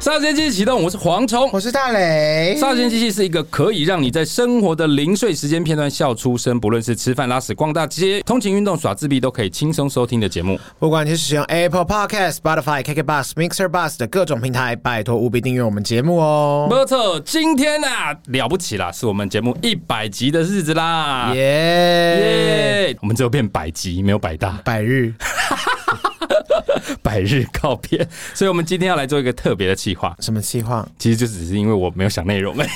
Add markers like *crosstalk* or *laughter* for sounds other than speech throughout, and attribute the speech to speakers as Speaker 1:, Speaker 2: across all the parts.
Speaker 1: 上线机器启动，我是蝗虫。
Speaker 2: 我是大雷，
Speaker 1: 上线机器是一个可以让你在生活的零碎时间片段笑出声，不论是吃饭、拉屎、逛大街、通勤、运动、耍自闭，都可以轻松收听的节目。
Speaker 2: 不管你是使用 Apple Podcast、Spotify、KK Bus、Mixer Bus 的各种平台，拜托务必订阅我们节目哦。
Speaker 1: 没错，今天呢、啊、了不起啦，是我们节目一百集的日子啦！耶、
Speaker 2: 耶！
Speaker 1: 我们只有变百集，没有百大 *laughs*
Speaker 2: 百日
Speaker 1: 百日告别，所以我们今天要来做一个特别的企划。
Speaker 2: 什么
Speaker 1: *laughs*
Speaker 2: 计划？
Speaker 1: 其实就只是因为我没有想内容而已，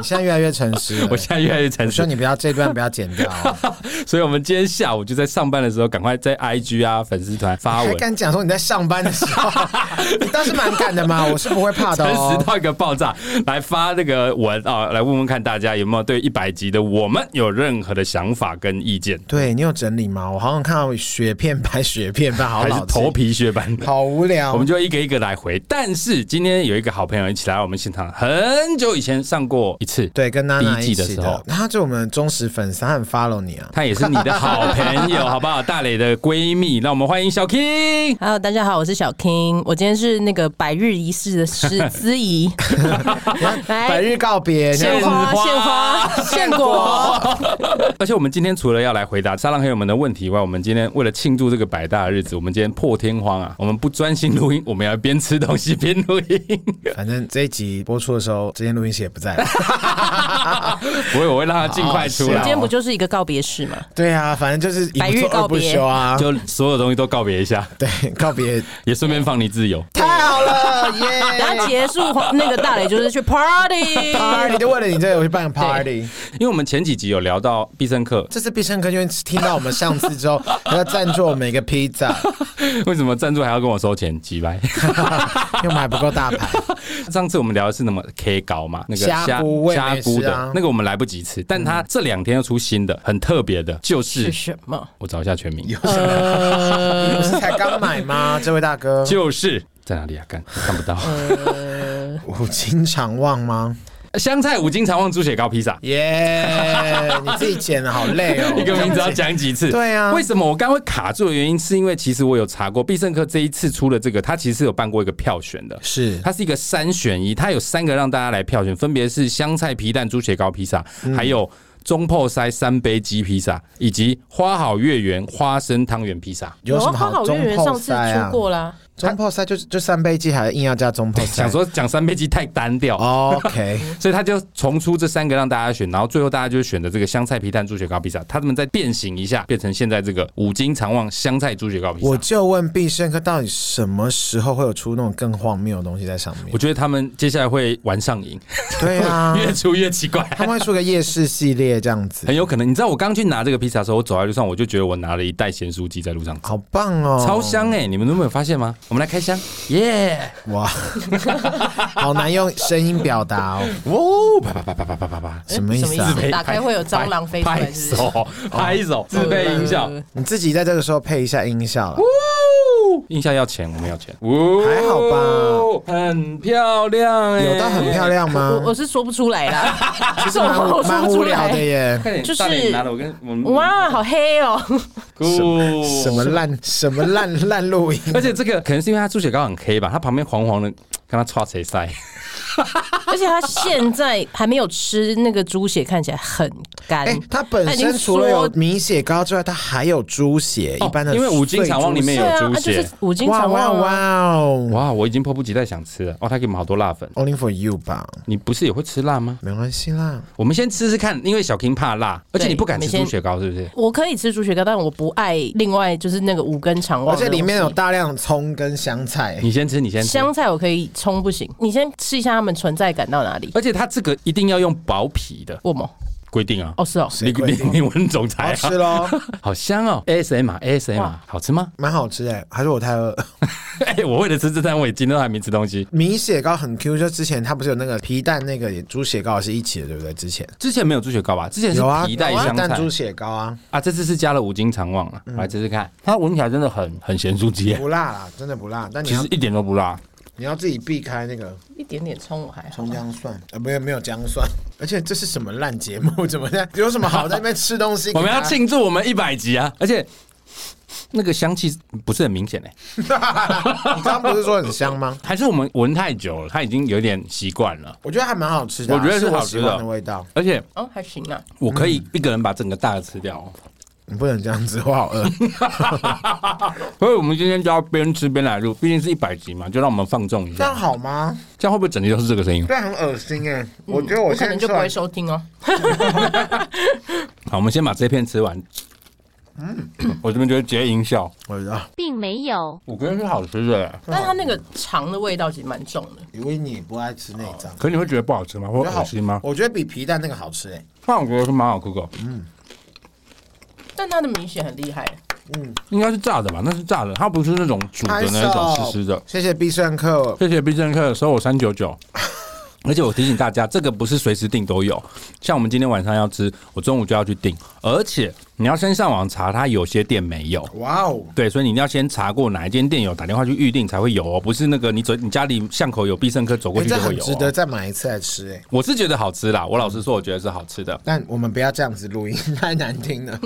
Speaker 2: 你现在越来越诚实了
Speaker 1: 我现在越来越成
Speaker 2: 我
Speaker 1: 熟
Speaker 2: 说。你不要这段不要剪掉、哦，
Speaker 1: *laughs* 所以我们今天下午就在上班的时候，赶快在 IG 啊粉丝团发
Speaker 2: 还
Speaker 1: 文，
Speaker 2: 敢讲说你在上班的时
Speaker 1: *laughs*
Speaker 2: 候，你倒是蛮敢的嘛，我是不会怕的
Speaker 1: 诚
Speaker 2: 哦
Speaker 1: 实。到一个爆炸，来发那个文啊，来问问看大家有没有对一百集的我们有任何的想法跟意见，
Speaker 2: 对你有整理吗？我好像看到雪片拍雪片拍，好
Speaker 1: 还
Speaker 2: 老
Speaker 1: 是
Speaker 2: 气
Speaker 1: 头，皮屑般的。
Speaker 2: 好无聊。
Speaker 1: 我们就一个一个来回，但是今天有一个好朋友一起来我们现场，很久以前上过一次，
Speaker 2: 对，跟娜娜
Speaker 1: 第一
Speaker 2: 一
Speaker 1: 季的
Speaker 2: 起
Speaker 1: 时候
Speaker 2: 的，她就我们忠实粉丝，她很 follow 你啊。
Speaker 1: 她也是你的好朋友，好不好？大磊的闺蜜，让我们欢迎小 King。
Speaker 3: Hello，大家好，我是小 King，我今天是那个百日仪式的司
Speaker 2: *laughs*
Speaker 3: 司仪，
Speaker 2: 百
Speaker 3: 来
Speaker 2: 日嗯告别，你
Speaker 3: 献
Speaker 2: 看
Speaker 3: 花、献花、献
Speaker 2: 哦
Speaker 3: 果，
Speaker 1: *laughs* 而且我们今天除了要来回答沙浪黑友们的问题以外，我们今天为了庆祝这个百大的日子，我们今天破天荒啊，我们不专心录音，我们要边吃东西边录音。
Speaker 2: 反正这一集播出的时候，这天录音师也不在了。 *laughs*
Speaker 1: 不会，我会让他尽快出
Speaker 2: 好
Speaker 1: 来
Speaker 2: 好
Speaker 3: 今
Speaker 2: 是
Speaker 3: 天不就是一个告别式吗？
Speaker 2: 对啊，反正就是一
Speaker 3: 百日
Speaker 2: 不做二
Speaker 3: 告
Speaker 2: 不
Speaker 3: 别
Speaker 2: 休啊。
Speaker 1: 就所有东西都告别一 *laughs* 下，
Speaker 2: 对，告别
Speaker 1: 也顺便放你自由。
Speaker 2: 太好了
Speaker 3: 然
Speaker 2: 耶！
Speaker 3: 后结束那个大磊就是去 party，
Speaker 2: party 就为了你这个我去办 party，
Speaker 1: 因为我们前几集有聊到必胜客，
Speaker 2: 这次必胜客因为听到我们上次之后，要赞助我们一个披萨，
Speaker 1: 为什么赞助还要跟我收钱？几百？ *laughs*
Speaker 2: 因为我们还不够大牌，
Speaker 1: 上次我们聊的是那么 K 膏嘛，那个
Speaker 2: 虾菇味
Speaker 1: 虾
Speaker 2: 美
Speaker 1: 菇
Speaker 2: 食
Speaker 1: 的
Speaker 2: 啊
Speaker 1: 那个我们来不及吃，但它这两天要出新的，很特别的，就是是
Speaker 3: 什么？
Speaker 1: 我找一下全名，
Speaker 2: 你不是才刚买吗？这位大哥，
Speaker 1: 就是在哪里啊？看看不到，
Speaker 2: 五经常忘吗？
Speaker 1: 香菜五金肠旺猪血糕披萨。
Speaker 2: 耶，你自己剪的好累哦，
Speaker 1: *laughs* 一个名字要讲几次？
Speaker 2: 对啊
Speaker 1: 为什么我刚刚会卡住的原因，是因为其实我有查过，必胜客这一次出的这个，它其实有办过一个票选的，
Speaker 2: 是
Speaker 1: 它是一个三选一，它有三个让大家来票选，分别是香菜皮蛋猪血糕披萨，还有中破塞三杯鸡披萨，以及花好月圆花生汤圆披萨。
Speaker 2: 有什么
Speaker 3: 花
Speaker 2: 好
Speaker 3: 啊好月
Speaker 2: 中
Speaker 3: 圆
Speaker 2: 泡
Speaker 3: 上次
Speaker 2: 塞啊
Speaker 3: 出？过啦，
Speaker 2: 中泡塞就就三杯鸡，还硬要加中泡塞，
Speaker 1: 想说讲三杯鸡太单调，
Speaker 2: 哦 *laughs* OK，
Speaker 1: 所以他就重出这三个让大家选，然后最后大家就选的这个香菜皮蛋猪血糕披萨，他们再变形一下，变成现在这个五金常旺香菜猪血糕披萨。
Speaker 2: 我
Speaker 1: 我
Speaker 2: 就问必胜客到底什么时候会有出那种更荒谬的东西在上面？
Speaker 1: 觉得他们接下来会玩上瘾，
Speaker 2: 对 *laughs*
Speaker 1: *laughs*
Speaker 2: 啊，
Speaker 1: 越出越奇怪。
Speaker 2: 他们会出个夜市系列这样子
Speaker 1: 很，有可能，你知道我刚去拿这个披萨的时候，我走在路上，我就觉得我拿了一袋咸酥鸡在路上
Speaker 2: 好棒哦，
Speaker 1: 超香哎、你们都没有发现吗？我们来开箱，耶！
Speaker 2: 哇，好难用声音表达哦，
Speaker 1: 哦，啪啪啪啪啪啪啪啪，
Speaker 2: 什么意思啊
Speaker 3: 什么？打开会有蟑螂飞出来
Speaker 1: 拍
Speaker 3: 是不是
Speaker 1: 手，哦拍手，自备音效。
Speaker 2: 你自己在这个时候配一下音效啊啦。
Speaker 1: 呜音效要钱，我们要钱。呜
Speaker 2: 还好
Speaker 1: 哦吧，很漂亮哎、
Speaker 2: 有到很漂亮
Speaker 3: 我
Speaker 2: 吗？
Speaker 3: 我是说不出来
Speaker 2: *laughs*
Speaker 3: 啦，
Speaker 2: 其实
Speaker 3: 我
Speaker 2: 蛮
Speaker 3: 我说不
Speaker 2: 蛮
Speaker 3: 出
Speaker 2: 无聊的
Speaker 3: 来
Speaker 2: 耶，
Speaker 1: *laughs* 快点，
Speaker 3: 就是
Speaker 1: 大脸拿了我跟我们
Speaker 3: 哇，好黑哦！
Speaker 1: 酷
Speaker 2: 什么烂什么烂烂录音，
Speaker 1: 而且这个可能是因为它猪血糕很黑吧，它旁边黄黄的，看它擦谁塞，
Speaker 3: *laughs* 而且他现在还没有吃那个猪血，看起来很干。
Speaker 2: 哎，它本
Speaker 3: 它已经
Speaker 2: 身除了有
Speaker 3: 缩
Speaker 2: 米血糕之外，它还有猪血，一般的
Speaker 1: 因为五金
Speaker 2: 碎
Speaker 1: 厂旺
Speaker 2: 猪
Speaker 1: 里面
Speaker 2: 血
Speaker 1: 有
Speaker 3: 对啊，
Speaker 1: 猪
Speaker 3: 啊就
Speaker 1: 血
Speaker 3: 是五金
Speaker 2: 哇
Speaker 3: 常
Speaker 2: 哇
Speaker 3: 旺啊。
Speaker 2: 哇哦
Speaker 1: 哇，我已经迫不及待想吃了哦，它给我们好多辣粉。
Speaker 2: ，Only for you 吧，
Speaker 1: 你不是也会吃辣吗？
Speaker 2: 没关系啦。
Speaker 1: 我们先吃吃看，因为小 King 怕辣，而且
Speaker 3: 对
Speaker 1: 你不敢吃
Speaker 3: 我们先
Speaker 1: 猪血糕，是不是？
Speaker 3: 我可以吃猪血糕，但我不爱。另外就是那个五根肠旺
Speaker 2: 而且
Speaker 3: 的东西，
Speaker 2: 哦里面有大量葱跟香菜，
Speaker 1: 你先吃，你先吃。
Speaker 3: 香菜，我可以葱不行。你先吃一下它们存在感到哪里？
Speaker 1: 而且它这个一定要用薄皮的
Speaker 3: 我吗？
Speaker 1: 规定啊。
Speaker 3: 哦，是哦，
Speaker 1: 你
Speaker 2: 谁规
Speaker 1: 你
Speaker 2: 定哦
Speaker 1: 你问总裁
Speaker 2: 好
Speaker 1: 啊，
Speaker 2: 吃喽，
Speaker 1: 好香哦！ASM 啊，ASM 啊，好吃吗？
Speaker 2: *laughs* 蛮好吃哎、还是我太饿？ *laughs*
Speaker 1: 哎，我为了吃这餐，我也今天都还没吃东西。
Speaker 2: 米血糕很 Q，就之前它不是有那个皮蛋那个也猪血糕是一起的，对不对？之前
Speaker 1: 之前没有猪血糕吧？之前是
Speaker 2: 有啊，嗯
Speaker 1: 皮带香
Speaker 2: 蛋
Speaker 1: 菜
Speaker 2: 猪血糕
Speaker 1: *laughs*
Speaker 2: 啊，
Speaker 1: 啊，这次是加了五金肠旺了，我来吃吃看。它闻起来真的很很咸酥鸡耶，
Speaker 2: 不辣啦，真的不辣。但你
Speaker 1: 其
Speaker 2: 要
Speaker 1: 实一点都不辣。
Speaker 2: 你要自己避开那个
Speaker 3: 一点点葱我还好
Speaker 2: 葱。姜蒜，呃，没有没有姜蒜。而且这是什么
Speaker 1: *laughs*
Speaker 2: 烂 *laughs* 节目？怎么的？有什么好在那边吃东西？
Speaker 1: 我们要庆祝我们一百集啊！而且那个香气不是很明显诶、
Speaker 2: 你刚刚不是说很香吗？
Speaker 1: 还是我们闻太久了，它已经有点习惯了。
Speaker 2: 我觉得还蛮好吃的
Speaker 1: *laughs*
Speaker 2: 啊、
Speaker 1: 我觉得是
Speaker 2: 是
Speaker 1: 好
Speaker 2: 我
Speaker 1: 吃
Speaker 2: 喜
Speaker 1: 的
Speaker 2: 欢的味道。
Speaker 1: 而且
Speaker 3: 哦，还行啊。
Speaker 1: 我可
Speaker 2: 嗯
Speaker 1: 以一个人把整个大的吃掉、哦，
Speaker 2: 你不能这样子，我好饿。
Speaker 1: 所以我们今天就要边吃边来录，毕竟是一百集嘛，就让我们放纵一
Speaker 2: 这样
Speaker 1: 下。
Speaker 2: 好吗？
Speaker 1: 这样会不会整集都是这个声音？
Speaker 2: 这样很恶心哎、我觉得
Speaker 3: 嗯我
Speaker 2: 我
Speaker 3: 可
Speaker 2: 现在
Speaker 3: 能就
Speaker 2: 吃
Speaker 3: 不
Speaker 2: 完
Speaker 3: 会收
Speaker 2: *laughs*
Speaker 3: 听哦。
Speaker 1: 好，我们先把这片吃完。嗯，我这边觉得结营销，
Speaker 2: 我知道，
Speaker 4: 并没有。
Speaker 1: 我觉得是好吃的，
Speaker 3: 但它那个肠的味道其实蛮重的，
Speaker 2: 因为你不爱吃内脏。
Speaker 1: 可你会觉得不好吃吗？或
Speaker 2: 我觉得
Speaker 1: 哦恶
Speaker 2: 好
Speaker 1: 心吗？
Speaker 2: 我觉得比皮蛋那个好吃哎、
Speaker 1: 那我觉得是蛮好吃的，
Speaker 3: 但它的明显很厉害。
Speaker 1: 应该是炸的吧？那是炸的，它不是那种煮的嗯那
Speaker 2: 拍
Speaker 1: 种
Speaker 2: 手
Speaker 1: 湿湿的。
Speaker 2: 谢谢必胜客，
Speaker 1: 谢谢必胜客收我三九
Speaker 2: *laughs*
Speaker 1: 九。而且我提醒大家，这个不是随时订都有，像我们今天晚上要吃，我中午就要去订，而且你要先上网查，它有些店没有。
Speaker 2: 哇哦！
Speaker 1: 对，所以你一定要先查过哪一间店有，打电话去预定才会有哦，不是那个你走你家里巷口有必胜客走过
Speaker 2: 哎、
Speaker 1: 去就
Speaker 2: 这
Speaker 1: 会
Speaker 2: 很
Speaker 1: 有、
Speaker 2: 值得
Speaker 1: 哦。
Speaker 2: 再买一次来吃哎、
Speaker 1: 我是觉得好吃啦，我老实说，我觉得是好吃的，
Speaker 2: 但我们不要这样子录音，太难
Speaker 1: *laughs*
Speaker 2: 听了，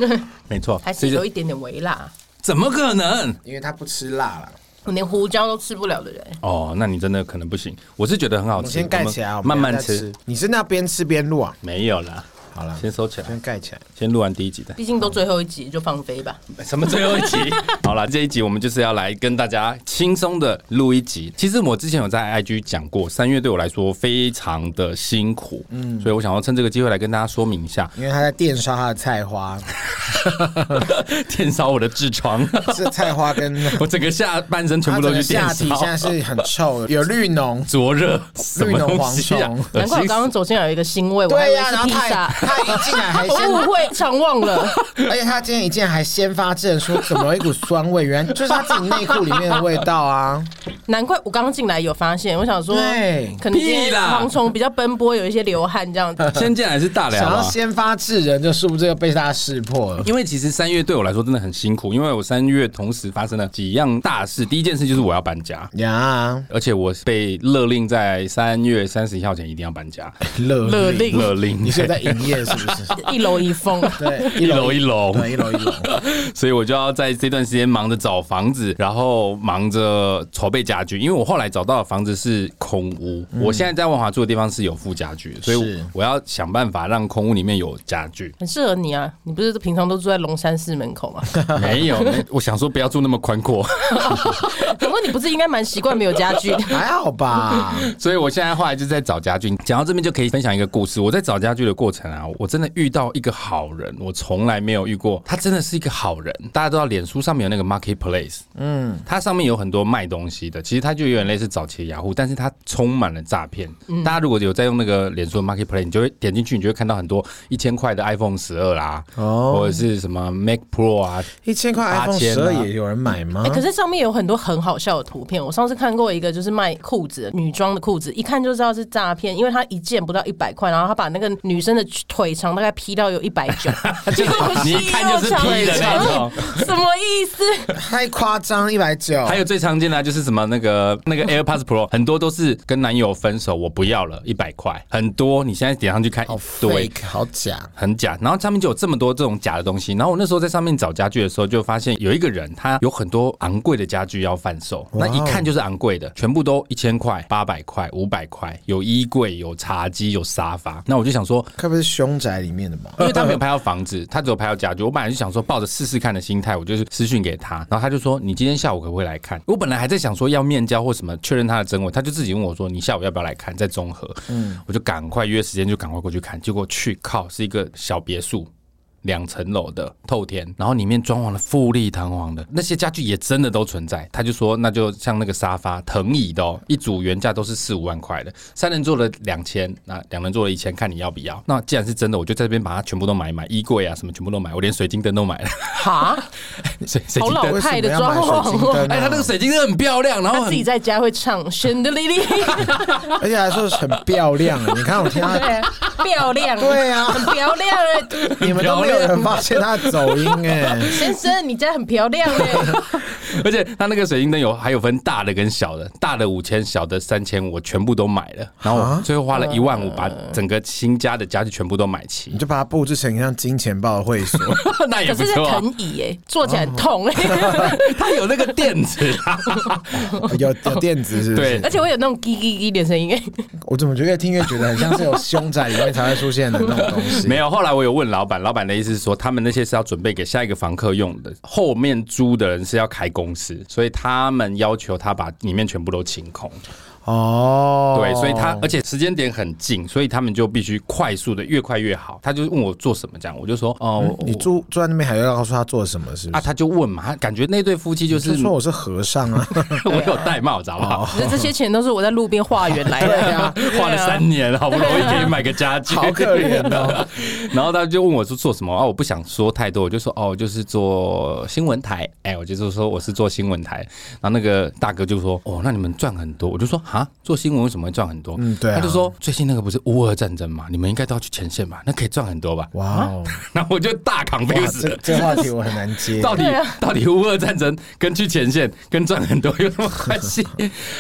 Speaker 1: 没错。
Speaker 3: 还
Speaker 1: 这
Speaker 3: 是
Speaker 1: 就
Speaker 3: 有一点点微辣，
Speaker 1: 怎么可能？
Speaker 2: 因为他不吃辣了。
Speaker 3: 我连胡椒都吃不了的人。
Speaker 1: 哦，那你真的可能不行。我是觉得很好
Speaker 2: 我
Speaker 1: 吃，
Speaker 2: 们先盖起来，啊
Speaker 1: 我
Speaker 2: 我
Speaker 1: 们
Speaker 2: 们
Speaker 1: 慢慢
Speaker 2: 等一下再
Speaker 1: 吃。。
Speaker 2: 你是那边吃边录啊？
Speaker 1: 没有啦，
Speaker 2: 好了，
Speaker 1: 先收起来，
Speaker 2: 先盖起来。
Speaker 1: 先录完第一集的。
Speaker 3: 毕竟都最后一集就放飞吧。
Speaker 1: 什么最后一集？ *laughs* 好了，这一集我们就是要来跟大家轻松的录一集。其实我之前有在 IG 讲过，三月对我来说非常的辛苦，嗯，所以我想要趁这个机会来跟大家说明一下，
Speaker 2: 因为他在电烧他的菜花，
Speaker 1: *laughs* 电烧我的痔
Speaker 2: *laughs*
Speaker 1: 疮，
Speaker 2: 这菜花跟
Speaker 1: 我整个下半身全部都
Speaker 2: 他整
Speaker 1: 去
Speaker 2: 个
Speaker 1: 电
Speaker 2: 下体现在
Speaker 1: 烧，
Speaker 2: 是很臭的，有绿脓。
Speaker 1: 灼热，什么东西啊
Speaker 2: 绿脓蝗虫？
Speaker 1: *laughs* 恶
Speaker 3: 难怪我
Speaker 1: 心
Speaker 3: 刚刚走进来有一个腥味，我还以
Speaker 2: 对
Speaker 3: 为
Speaker 2: 呀、
Speaker 3: 是
Speaker 2: 然后
Speaker 3: 披
Speaker 2: 他也
Speaker 3: 萨。
Speaker 2: 他一进 *laughs* 来还
Speaker 3: 我
Speaker 2: 先，
Speaker 3: 误会常忘了，
Speaker 2: 而且他今天一进来还先发制人说怎么有一股酸味，原来 *laughs* 就是他自己内裤里面的味道啊！
Speaker 3: 难怪我刚进来有发现，我想说，
Speaker 2: 对
Speaker 3: 可能今
Speaker 1: 屁
Speaker 3: 天
Speaker 1: 啦
Speaker 3: 蝗虫比较奔波，有一些流汗这
Speaker 1: *laughs*
Speaker 3: 样子。
Speaker 1: 先进来是大
Speaker 2: 想
Speaker 1: 梁
Speaker 2: 要
Speaker 1: 啊。
Speaker 2: 先发制人，就是不是又被他识破了？
Speaker 1: 因为其实三月对我来说真的很辛苦，因为我三月同时发生了几样大事。第一件事就是我要搬家，
Speaker 2: 啊呀，
Speaker 1: 而且我被勒令在三月三十一号前一定要搬家。
Speaker 2: 勒
Speaker 3: 勒令
Speaker 1: 勒令，
Speaker 2: *laughs* 你是有在营业是 *laughs* 不是？
Speaker 3: 一楼一封，。
Speaker 2: 对，
Speaker 1: *laughs* 一楼一楼，
Speaker 2: 对，一楼一楼。
Speaker 1: 所以我就要在这段时间忙着找房子，然后忙着筹备家具，因为我后来找到的房子是空屋，我现在在万华住的地方是有附家具，所以
Speaker 2: 是
Speaker 1: 我要想办法让空屋里面有家具
Speaker 3: 很适合你啊！你不是平常都住在龙山寺门口
Speaker 1: *laughs*
Speaker 3: 吗？
Speaker 1: 没有，没我想说不要住那么宽阔，
Speaker 3: 不过你不是应该蛮习惯没有家具
Speaker 1: 嗯
Speaker 3: 的？
Speaker 2: 还好吧？
Speaker 1: 所以我现在后来就在找家具。讲到这边就可以分享一个故事。我在找家具的过程啊，我真的遇到一个好人，我从来没有遇过。他真的是一个好人。大家都知道，脸书上面有那个 Marketplace，嗯，它上面有很多卖东西的。其实它就有点类似早期的雅虎，但是它充满了诈骗。大家如果有在用那个脸书的 Marketplace，你就会点进去，你就会看到很多一千块的 iPhone 十二啦，
Speaker 2: 哦
Speaker 1: 或者是什么 Mac Pro 啊，
Speaker 2: 一千块
Speaker 1: 八
Speaker 2: iPhone
Speaker 1: 千
Speaker 2: 十
Speaker 1: 啊
Speaker 2: 二也有人买吗
Speaker 3: 哎、？可是上面有很多很好笑的图片。我上次看过一个，就是卖裤子的女装的裤子，一看就知道是诈骗，因为它一件不到一百块，然后他把那个女生的腿长大概 P 到有一百九， *laughs* 结果啊我
Speaker 1: *laughs* 你一看就是
Speaker 3: 屁
Speaker 1: P 的那种。
Speaker 3: 什么意思？
Speaker 2: 太夸张，一百九。
Speaker 1: 还有最常见的啊就是什么那个那
Speaker 2: *laughs*
Speaker 1: 个 AirPods Pro，很多都是跟男友分手，我不要了，一百块，很多你现在点上去看一
Speaker 2: 好
Speaker 1: 堆。
Speaker 2: fake，好假。
Speaker 1: 很假，然后上面就有这么多这种假的东西。然后我那时候在上面找家具的时候，就发现有一个人他有很多昂贵的家具要贩售，那
Speaker 2: 哇哦
Speaker 1: 一看就是昂贵的，全部都一千块、八百块、五百块，有衣柜、有茶几、有沙发。那我就想说，
Speaker 2: 该不是凶宅里面的吧？
Speaker 1: 因为他没有拍到房子，他只有拍到家具。我本来就想说抱着试试看的心态，我就是私讯给他，然后他就说你今天下午可不可以来看？我本来还在想说要面交或什么确认他的真伪，他就自己问我说你下午要不要来看，在中和。嗯，我就赶快约时间就赶快过去看，结果去靠是一个小别墅。两层楼的透天，然后里面装潢的富丽堂皇的，那些家具也真的都存在。他就说，那就像那个沙发、藤椅的、哦，一组原价都是四五万块的，三人座的两千，那两人座的一千，看你要不要。那既然是真的，我就在这边把它全部都买一买，衣柜啊什么全部都买，我连水晶灯都买了，
Speaker 3: 哈，
Speaker 1: 水水
Speaker 3: 好
Speaker 1: 晶
Speaker 3: 老
Speaker 1: 灯。
Speaker 2: 为什
Speaker 3: 哦派
Speaker 2: 么
Speaker 3: 的
Speaker 2: 要买
Speaker 3: 装
Speaker 2: 水晶
Speaker 3: 潢哦。
Speaker 2: 灯、啊？
Speaker 1: 哎，它那个水晶灯很漂亮，然后
Speaker 3: 他自
Speaker 1: 很
Speaker 3: 己在家会唱《神的莉莉》，
Speaker 2: 而且还说啊
Speaker 3: *laughs*
Speaker 2: 是很漂亮、你看我听到，
Speaker 3: 对，漂亮，
Speaker 2: 对啊
Speaker 3: 很漂亮。
Speaker 1: *laughs*
Speaker 2: 你们都没没有人发现他的走音哎、
Speaker 3: 先生，你家很漂亮哎，
Speaker 1: 而且它那个水晶灯有还有分大的跟小的，大的五千，小的三千，我全部都买了，然后我最后花了一万五把整个新家的家具全部都买齐
Speaker 2: 你，就把它布置成像金钱豹的会所，
Speaker 1: *laughs* 那也
Speaker 3: 可
Speaker 1: 不
Speaker 3: 是是
Speaker 1: 错、啊
Speaker 3: 藤。椅哎，坐起来很痛哎，
Speaker 1: 它有那个垫子啊，
Speaker 2: 有有垫子是不是？
Speaker 1: 对
Speaker 3: 而且会有那种叽叽叽的声音哎，
Speaker 2: 我怎么觉得越听越觉得很像是有凶宅里面才会出现的那种东西？
Speaker 1: 没有。后来我有问老板，老板的意思是说，他们那些是要准备给下一个房客用的，后面租的人是要开公司，所以他们要求他把里面全部都清空。
Speaker 2: 哦，
Speaker 1: 对，所以他而且时间点很近，所以他们就必须快速的，越快越好。他就问我做什么这样，我就说哦，我
Speaker 2: 你住住在那边还要告诉他做什么，是不
Speaker 1: 啊，
Speaker 2: 是？
Speaker 1: 他就问嘛，他感觉那对夫妻就
Speaker 2: 就是说我是和尚啊，
Speaker 1: *laughs* 我有戴帽子好不好？
Speaker 3: 可是这些钱都是我在路边化缘来的呀，
Speaker 1: *laughs* 花了三年，好不容易可以买个家具，
Speaker 2: 啊好可怜哦。
Speaker 1: *laughs* 然后他就问我是做什么啊？我不想说太多，我就说哦，就是做新闻台。哎，我就是说我是做新闻台。然后那个大哥就说哦，那你们赚很多。我就说啊，做新闻为什么会赚很多？
Speaker 2: 嗯对啊
Speaker 1: 他就说最近那个不是乌俄战争嘛，你们应该都要去前线吧？那可以赚很多吧？
Speaker 2: 哇哦，
Speaker 1: 然后我就大 c o n f
Speaker 2: 哇
Speaker 1: u
Speaker 2: 这
Speaker 1: s
Speaker 2: 这话题我很
Speaker 1: *laughs*
Speaker 2: 难接。
Speaker 1: 到底、
Speaker 3: 对啊
Speaker 1: 到底乌俄战争跟去前线跟赚很多有什么关系？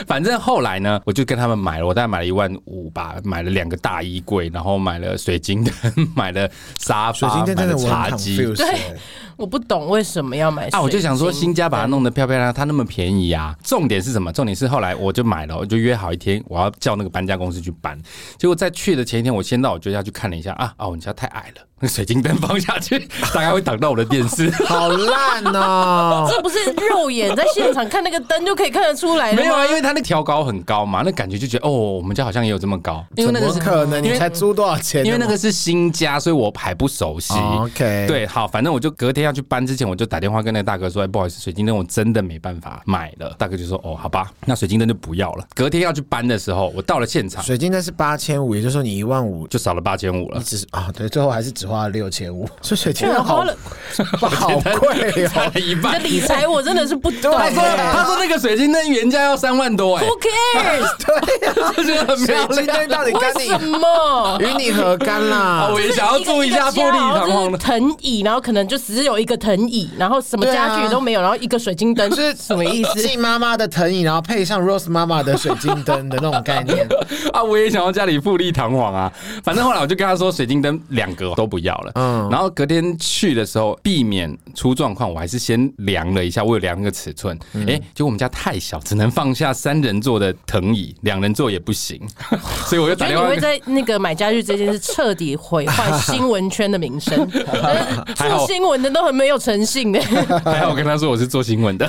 Speaker 1: 反正后来呢，我就跟他们买了，我大概买了一万五吧，买了两个大衣柜，然后买了水晶灯，买了沙
Speaker 2: 水
Speaker 1: 发，
Speaker 2: 晶灯
Speaker 1: 买了
Speaker 2: 真的我
Speaker 1: 茶
Speaker 2: 很
Speaker 1: 几。
Speaker 2: confused，哎
Speaker 3: 我不懂为什么要买
Speaker 1: 啊，我就想说
Speaker 3: 水晶
Speaker 1: 新家把它弄得漂漂亮亮，它那么便宜啊！重点是什么？重点是后来我就买了，我就约好一天，我要叫那个搬家公司去搬。结果在去的前一天，我先到我舅家去看了一下啊，哦，你家太矮了，那个水晶灯放下去大概会挡到我的电视。
Speaker 2: 好烂哦！
Speaker 3: 这不是肉眼在现场看那个灯就可以看得出来的
Speaker 1: 没有
Speaker 3: 吗？
Speaker 1: 啊，因为他那调高很高嘛，那感觉就觉得哦，我们家好像也有这么高， *laughs* 因为那个
Speaker 2: 怎
Speaker 1: 是
Speaker 2: 么可能？你才租多少钱？
Speaker 1: 因为那个是新家，所以我还不熟悉。
Speaker 2: 哦 OK，，
Speaker 1: 对，好，反正我就隔天要去搬之前，我就打电话跟那个大哥说：“哎，不好意思，水晶灯我真的没办法买了。”大哥就说：“哦，好吧，那水晶灯就不要了。”隔天要去搬的时候，我到了现场
Speaker 2: 水晶灯是八千五，也就是说你一万五。
Speaker 1: 就少了八千五了
Speaker 2: 你。只是啊，对，最后还是只花了六千五，所以水晶
Speaker 3: 居然
Speaker 2: 灯好
Speaker 3: 花了，
Speaker 2: *laughs* 好哦贵
Speaker 1: 差
Speaker 2: 哦。
Speaker 1: 了一
Speaker 3: 你的
Speaker 1: 半。
Speaker 3: 理财我真的是不懂。
Speaker 1: 他说：“他说那个水晶灯原价要三万多、哎，
Speaker 3: Who cares？
Speaker 2: 啊 *laughs*
Speaker 1: *laughs* 就觉得很漂
Speaker 2: 水晶
Speaker 1: 亮。
Speaker 2: 灯到底
Speaker 3: 为
Speaker 2: 跟
Speaker 3: 什
Speaker 2: 你
Speaker 3: 么？
Speaker 2: 与你何干啦？
Speaker 1: 我也想要住一下
Speaker 3: 家
Speaker 1: 富丽堂皇
Speaker 3: 就
Speaker 1: 的
Speaker 3: 是。藤椅，然后可能就只有一个藤椅，然后什么家
Speaker 2: 对啊
Speaker 3: 具都没有，然后一个水晶灯，
Speaker 2: *laughs*
Speaker 1: 啊
Speaker 2: 就是
Speaker 3: 什么意思？
Speaker 2: 季妈妈的藤椅，然后配上 Rose 妈妈的水晶灯的那种概念。
Speaker 1: *laughs* 啊，我也想要家里富丽堂皇啊。反正后来我就跟他说，水晶灯两个都不要了。嗯，然后隔天去的时候，避免出状况，我还是先量了一下，我有量那个尺寸。哎、结果我们家太小，只能放下三人座的藤椅，两人座也不行，所以我就
Speaker 3: 所
Speaker 1: 打
Speaker 3: 以
Speaker 1: 电
Speaker 3: 你
Speaker 1: 话
Speaker 3: 会
Speaker 1: 跟。
Speaker 3: 在那个买家具这件事彻底毁坏新闻圈的
Speaker 1: *laughs*
Speaker 3: 名声，
Speaker 1: 还好
Speaker 3: 做新闻的都很没有诚信 *laughs* 的。
Speaker 1: 还好我跟 *laughs* 他说我是做新闻的，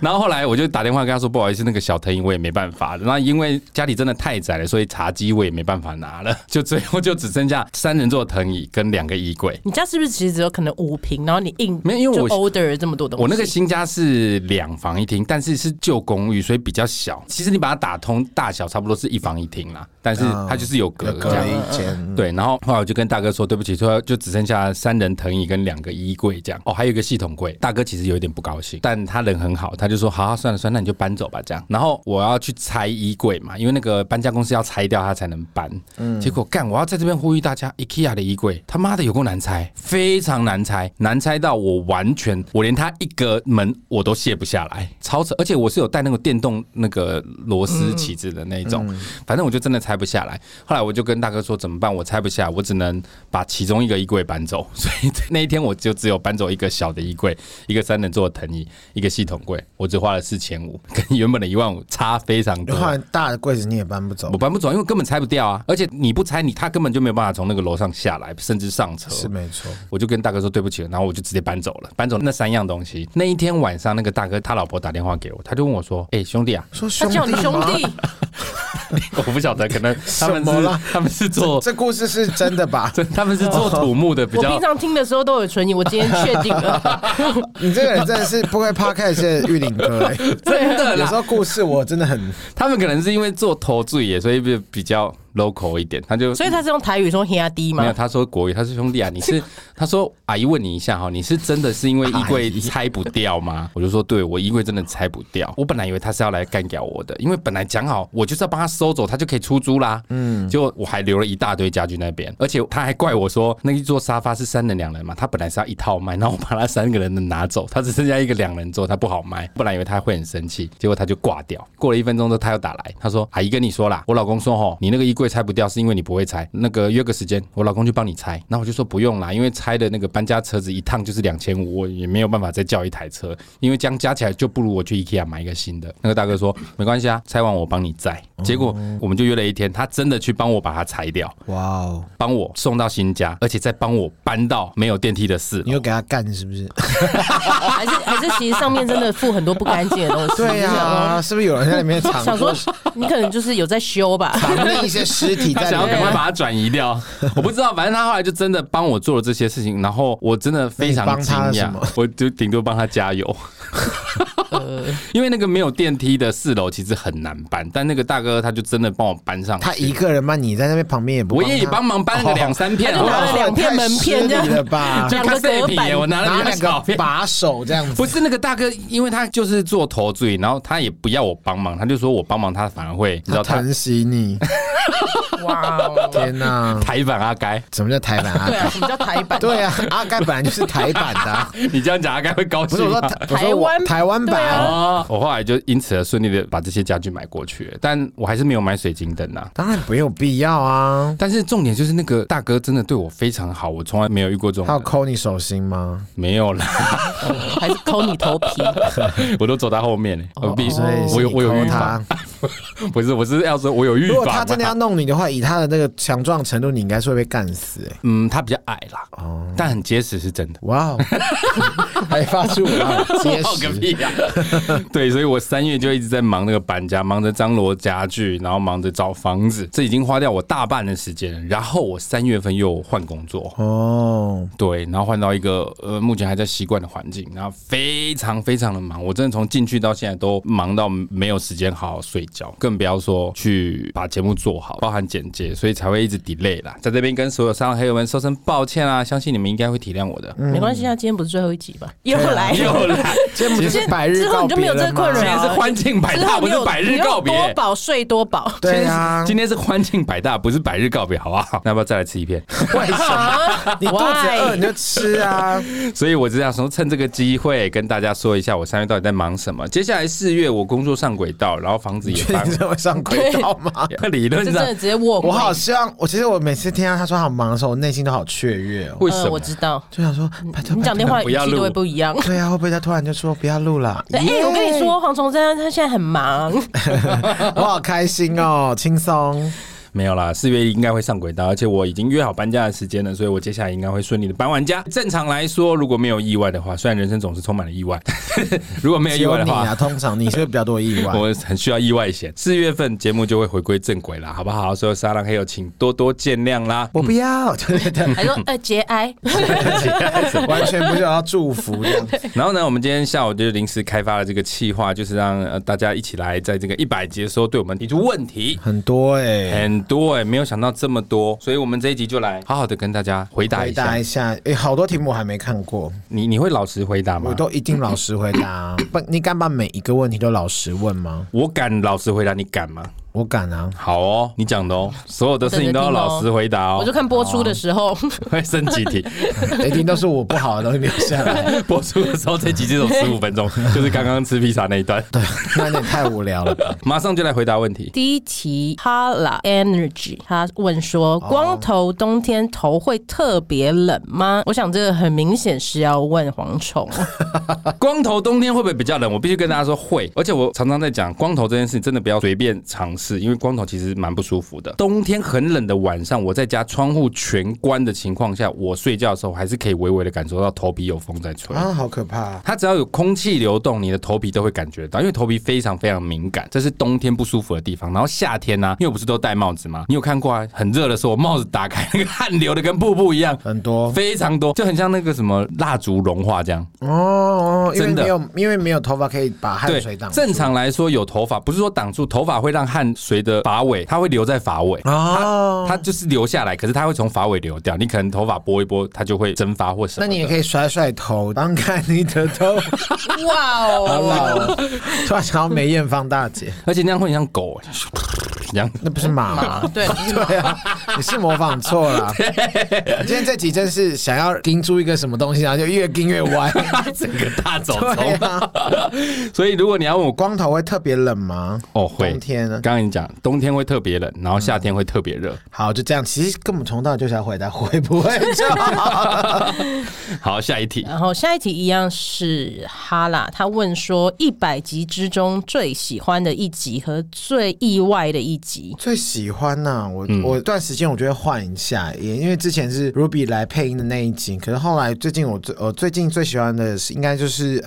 Speaker 1: 然后后来我就打电话跟他说不好意思，那个小藤椅我也没办法了。那因为家里真的太窄了，所以茶几我也没办法拿了，就最后就只剩下三人座藤椅跟两个衣柜。
Speaker 3: 你家是不是其实只有可能五平，然后你硬
Speaker 1: 没有因为我
Speaker 3: 就 order 了这么多东西？
Speaker 1: 我那个新家是两房一厅，但是是旧公寓，所以比较小。其实你把它打通，大小差不多是一房一厅啦，但是
Speaker 3: 啊
Speaker 1: 它就是有隔
Speaker 2: 有 *laughs* 隔
Speaker 1: 这
Speaker 2: 了
Speaker 1: 样。
Speaker 2: 一间，
Speaker 1: 对，然后后来我就跟大哥说，对不起，说就只剩下三人藤椅跟两个衣柜这样。哦，还有一个系统柜。大哥其实有一点不高兴，但他人很好，他就说好、啊，算了算了，那你就搬走吧这样。然后我要去拆衣柜嘛，因为那个搬家公司要拆掉它才能搬。
Speaker 3: 嗯
Speaker 1: 结果干，我要在这边呼吁大家，IKEA 的衣柜他妈的有够难拆，非常难拆，难拆到我完全，我连它一个门我都卸不下来，超扯。而且我是有带那个电动那个螺丝起子的那一种，反正我就真的拆不下来。后来我就跟大哥说怎么办，我拆不下，我只能把其中一个衣柜搬走。 *laughs* 所以那一天我就只有搬走一个小的衣柜，一个三人座的藤椅，一个系统柜，我只花了四千五，跟原本的一万五差非常多。
Speaker 2: 后来大的柜子你也搬不走
Speaker 1: 我，搬不走，因为根本拆不掉啊！而且你不拆你，他根本就没有办法从那个楼上下来，甚至上车。
Speaker 2: 是没错。，
Speaker 1: 我就跟大哥说对不起，然后我就直接搬走了，搬走那三样东西。那一天晚上，那个大哥他老婆打电话给我，他就问我说：“哎、兄弟啊 *laughs*
Speaker 2: 说兄
Speaker 3: 他
Speaker 2: 弟
Speaker 3: 叫你兄
Speaker 2: 吗
Speaker 3: 弟，
Speaker 1: 我不晓得，可
Speaker 2: *laughs*
Speaker 1: 能他们
Speaker 2: 什么啦
Speaker 1: 是他们是做
Speaker 2: *laughs* 这故事是真的 *laughs* 吧？
Speaker 1: 他们是做土木的，比
Speaker 2: *laughs*
Speaker 3: 我
Speaker 1: 较
Speaker 3: 平常听的时候都有存疑，我今天确定了。
Speaker 1: *laughs*
Speaker 2: 你这个人真的是不会 podcast 的玉林哥、 *laughs* 欸，
Speaker 1: 真的 *laughs*
Speaker 2: 有时
Speaker 1: 啦。
Speaker 2: 候故事我真的很
Speaker 1: 他们可能是因为做头醉也，所以比比较 local 一点，他就
Speaker 3: 所以他是用台语说 “hea 低”
Speaker 1: 没有，
Speaker 3: 吗？
Speaker 1: 他说国语，他是兄弟啊，你是他说阿姨问你一下哈，你是真的是因为衣柜拆不掉吗？我就说对，我衣柜真的拆不掉。我本来以为他是要来干掉我的，因为本来讲好我就是要帮他收走，他就可以出租啦。嗯，结果我还留了一大堆家具那边，而且他还怪我说那一座沙发是三人两人嘛，他本来是要一套卖，然后我把他三个人的拿走，他只剩下一个两人座，他不好卖。本来以为他会很生气，结果他就挂掉。过了一分钟之后，他又打来，他说阿姨跟你说啦，我老公说吼，你那个衣柜拆不掉是因为你不会拆，那个约个时间，我老公去帮你拆。然后我就说不用啦，因为拆的那个搬家车子一趟就是两千五，我也没有办法再叫一台车，因为这样加起来就不如我去 IKEA 买一个新的。那个大哥说没关系啊，拆完我帮你载。结果我们就约了一天，他真的去帮我把它拆掉，
Speaker 2: 哇哦，
Speaker 1: 帮我送到新家，而且再帮我搬到没有电梯的四楼
Speaker 2: 你。又给他干是不是？
Speaker 3: 还是还是其实上面真的附很多不干净的东西？
Speaker 1: 啊
Speaker 2: 对呀、啊是不是有人在里面藏
Speaker 3: 就 *laughs* 想
Speaker 2: 过
Speaker 3: 说，想说你可能就是有在修吧。
Speaker 2: 藏匿一些尸体
Speaker 1: 他
Speaker 2: 在
Speaker 1: 想
Speaker 2: 里
Speaker 1: 要赶
Speaker 2: 面
Speaker 1: 快？把它转移
Speaker 2: *laughs*
Speaker 1: 掉，我不知道，反正他后来就真的帮我做了这些事情，然后我真的非
Speaker 2: 那
Speaker 1: 常
Speaker 2: 你帮
Speaker 1: 惊
Speaker 2: 他了
Speaker 1: 讶
Speaker 2: 什么，
Speaker 1: 我就顶多帮他加
Speaker 2: *laughs*
Speaker 1: 油，
Speaker 3: 呃，
Speaker 1: 因为那个没有电梯的四楼其实很难搬，但那个大哥他就真的帮我搬上去，
Speaker 2: 他一个人吗？你在那边旁边也不
Speaker 1: 我
Speaker 2: 帮他？
Speaker 1: 也帮忙搬了两三片，
Speaker 3: 他就拿了两片门片
Speaker 2: 太
Speaker 3: 这样
Speaker 2: 失礼了吧？
Speaker 1: *laughs* 就
Speaker 3: 两个
Speaker 1: 看视频耶，
Speaker 3: 隔板
Speaker 1: 我拿
Speaker 2: 拿
Speaker 1: 了
Speaker 2: 两
Speaker 1: 两小
Speaker 2: 个
Speaker 1: 片。
Speaker 2: 把手这样子，
Speaker 1: 不是那个大哥，因为他就是做头醉，然后他也不要我帮忙，他就说我帮忙他反而会，你知
Speaker 2: 他
Speaker 1: 道他
Speaker 2: 疼惜你！
Speaker 3: *laughs* 哇哦，
Speaker 1: *laughs*
Speaker 2: 天哪，
Speaker 1: 抬反阿该，
Speaker 2: 什么叫台版阿
Speaker 3: *laughs* 对
Speaker 2: 盖？
Speaker 3: 啊，什么叫台版？
Speaker 2: 对啊，阿盖本来就是台版的啊，
Speaker 1: 你这样讲阿该会高
Speaker 2: 不是
Speaker 1: 兴
Speaker 2: 我
Speaker 1: 吗
Speaker 2: 说台，我说
Speaker 3: 台
Speaker 2: 我
Speaker 3: 湾
Speaker 2: 台湾
Speaker 3: 对
Speaker 2: 版
Speaker 3: 啊。
Speaker 1: 哦，我后来就因此而顺利的把这些家具买过去，但我还是没有买水晶灯呐、啊
Speaker 2: 当然没有必要啊。
Speaker 1: 但是重点就是那个大哥真的对我非常好，我从来没有遇过这种
Speaker 2: 他有
Speaker 1: 人，
Speaker 2: 抠你手心吗？
Speaker 1: 没有啦， *laughs*
Speaker 3: 还是抠你头皮？
Speaker 1: 我都走到后面了。我必须
Speaker 2: 所
Speaker 1: 我
Speaker 2: 以是
Speaker 1: 有
Speaker 2: 你
Speaker 1: 我有
Speaker 2: 抠
Speaker 1: 预防，
Speaker 2: 他。
Speaker 1: 不是我是要说我有预
Speaker 2: 如果他
Speaker 1: 防
Speaker 2: 真的要
Speaker 1: 嘛。
Speaker 2: 弄你的话，以他的那个强壮程度，你应该是会被干死。哎，
Speaker 1: 嗯，他比较矮啦，
Speaker 2: 哦
Speaker 1: 但很结实是真的。
Speaker 2: 哇 *laughs* 哦，还发出哇哦结
Speaker 1: 哦个
Speaker 2: 实。
Speaker 1: 屁呀、 *laughs* 对，所以我三月就一直在忙那个搬家，忙着张罗家具，然后忙着找房子，这已经花掉我大半的时间了。然后我三月份又换工作，
Speaker 2: *laughs* 哦，
Speaker 1: 对，然后换到一个呃，目前还在习惯的环境，然后非常非常的忙，我真的从进去到现在都忙到没有时间好好睡觉，更不要说去把节目做好，包含剪接，所以才会一直 delay 啦。在这边跟所有三号黑友们说声抱歉啊，相信你们应该会体谅我 *laughs* 的。
Speaker 3: 没关系啊，今天不是最后一集吧？又来
Speaker 1: 又来，
Speaker 2: 这不是百日
Speaker 3: 之后
Speaker 2: 告
Speaker 3: 你就没
Speaker 2: 别
Speaker 3: 有这
Speaker 2: 了
Speaker 3: 个困
Speaker 1: 哎今
Speaker 3: 扰
Speaker 1: 天
Speaker 2: 吗？
Speaker 1: 是欢庆百 *laughs*
Speaker 3: *laughs* 之
Speaker 1: 大，
Speaker 3: 后
Speaker 1: 不
Speaker 3: 你
Speaker 1: 是
Speaker 3: 有
Speaker 1: 百
Speaker 3: 你
Speaker 1: 日
Speaker 3: 有
Speaker 1: 告别。
Speaker 3: 多保睡多保，
Speaker 2: 对啊，
Speaker 1: 啊今天是欢庆百大，不是百日告别，好不 *laughs* 好？那要不要再来吃一片？
Speaker 2: 为
Speaker 3: *laughs*
Speaker 2: 什么？ *laughs* 啊你肚子饿
Speaker 3: Why？
Speaker 2: 你就吃啊。
Speaker 1: 所以我只想说，趁这个机会跟大家说一下，我三月到底在忙什么。接下来四月我工作上轨道，然后房子
Speaker 2: *laughs* 你
Speaker 1: 也
Speaker 2: 确
Speaker 1: 搬
Speaker 2: 定，这会上轨道 *laughs* 吗？
Speaker 1: *laughs* 理
Speaker 3: 这
Speaker 1: 论
Speaker 3: 真
Speaker 1: 上
Speaker 3: 的直接卧轨。
Speaker 2: 我好希望，我其实我每次听到他说他很忙的时候，我内心都好雀跃哦，
Speaker 1: 为什
Speaker 3: 呃，
Speaker 1: 么
Speaker 3: 我？知道。
Speaker 2: 就想说，拜托，
Speaker 3: 你讲电话语
Speaker 1: 不要
Speaker 3: 气
Speaker 1: 录
Speaker 3: 都会不一样。
Speaker 2: 对啊，会不会他突然就说不要录了？
Speaker 3: 对，哎、
Speaker 2: 耶
Speaker 3: 我跟你，说，黄崇祯他现在很忙，
Speaker 2: 我好开心哦，轻松。
Speaker 1: 没有啦，四月应该会上轨道，而且我已经约好搬家的时间了，所以我接下来应该会顺利的搬完家。正常来说，如果没有意外的话，虽然人生总是充满了意外， *laughs* 如果没有
Speaker 2: 只
Speaker 1: 意
Speaker 2: 有
Speaker 1: 外的
Speaker 2: 你
Speaker 1: 话，
Speaker 2: 啊，通常你是不是比较多意 *laughs* 外。
Speaker 1: 我很需要意外险。四月份节目就会回归正轨啦，好不好？所有沙浪黑友，请多多见谅
Speaker 2: *laughs*
Speaker 1: 啦。
Speaker 2: 我不要，对对
Speaker 3: 还说呃节哀，
Speaker 2: 对，完全不是要祝福这
Speaker 3: *laughs*
Speaker 2: 样子。
Speaker 1: 然后呢，我们今天下午就临时开发了这个企划，就是让、呃、大家一起来在这个一百集的时候对我们提出问题。
Speaker 2: 很多哎，
Speaker 1: 很多哎、没有想到这么多，所以我们这一集就来好好的跟大家回答
Speaker 2: 回
Speaker 1: 一下
Speaker 2: 答。一下，哎，好多题目我还没看过，
Speaker 1: 你你会老实回答吗
Speaker 2: 我？都一定老实回
Speaker 1: *laughs*
Speaker 2: 答啊。不，你敢把每一个问题都老实问吗？
Speaker 1: 我敢老实回答，你敢吗？
Speaker 2: 我敢啊。
Speaker 1: 好哦，你讲的哦，所有的事情都要老实回答
Speaker 3: 我就
Speaker 1: 哦。
Speaker 3: 看播出的时候，
Speaker 1: 会生几题？
Speaker 2: 一定都是我不好的东西留下来，
Speaker 1: *laughs* 播出的时候这集只有十五 *laughs* 分钟，就是刚刚吃披萨那一段。对，
Speaker 2: 那有点太无聊了吧。
Speaker 1: 马上就来回答问题。
Speaker 3: 第一题 Hala Energy，他问说：光头冬天头会特别冷吗？我想这个很明显是要问蝗虫，
Speaker 1: 光头冬天会不会比较冷？我必须跟大家说会，而且我常常在讲光头这件事，真的不要随便尝试，因为光头其实蛮不舒服的。冬天很冷的晚上，我在家窗户全关的情况下，我睡觉的时候还是可以微微的感受到头皮有风在吹。
Speaker 2: 啊，好可怕、啊！
Speaker 1: 它只要有空气流动，你的头皮都会感觉到，因为头皮非常非常敏感，这是冬天不舒服的地方。然后夏天呢、因为我不是都戴帽子吗？你有看过啊？很热的时候，我帽子打开，那个汗流的跟瀑布一样，
Speaker 2: 很多
Speaker 1: 非常多，就很像那个什么蜡烛融化这样。
Speaker 2: 哦哦，因为
Speaker 1: 真的
Speaker 2: 没有，因为没有头发可以把汗
Speaker 1: 对
Speaker 2: 水挡，住。
Speaker 1: 正常来说有头发，不是说挡住头发会让汗人随着发尾，它会留在发尾。
Speaker 2: 哦，
Speaker 1: 它就是留下来，可是它会从发尾流掉。你可能头发拨一拨，它就会蒸发或什么的。
Speaker 2: 那你也可以甩甩头，当看你的
Speaker 1: *laughs*
Speaker 2: 头。
Speaker 3: *laughs* 哇
Speaker 2: 好
Speaker 3: 哦，
Speaker 2: 老哦，突然想到梅艳芳大姐，
Speaker 1: 而且那样会很像狗、欸，这
Speaker 2: *laughs*
Speaker 1: 样
Speaker 2: 那不是马
Speaker 3: 马
Speaker 2: 吗？
Speaker 3: 对
Speaker 2: 对啊，你是模仿错了。你今天这集真是想要盯住一个什么东西，然后就越盯越歪。
Speaker 1: 整个大走 *laughs*
Speaker 2: 对
Speaker 1: 虫。
Speaker 2: 啊，
Speaker 1: 所以如果你要问我
Speaker 2: 光头会特别冷吗？
Speaker 1: 哦，会
Speaker 2: 冬天呢
Speaker 1: 刚刚你讲冬天会特别冷，然后夏天会特别热。
Speaker 2: 好，就这样。其实根本从到就想回答会不会就好。嗯
Speaker 1: 好，下一题。
Speaker 3: *laughs* 然后下一题一样是哈啦，他问说一百集之中最喜欢的一集和最意外的一集。
Speaker 2: 最喜欢呐、我、我段时间我就会换一下，也因为之前是 Ruby 来配音的那一集，可是后来最近我最我最近最喜欢的是应该就是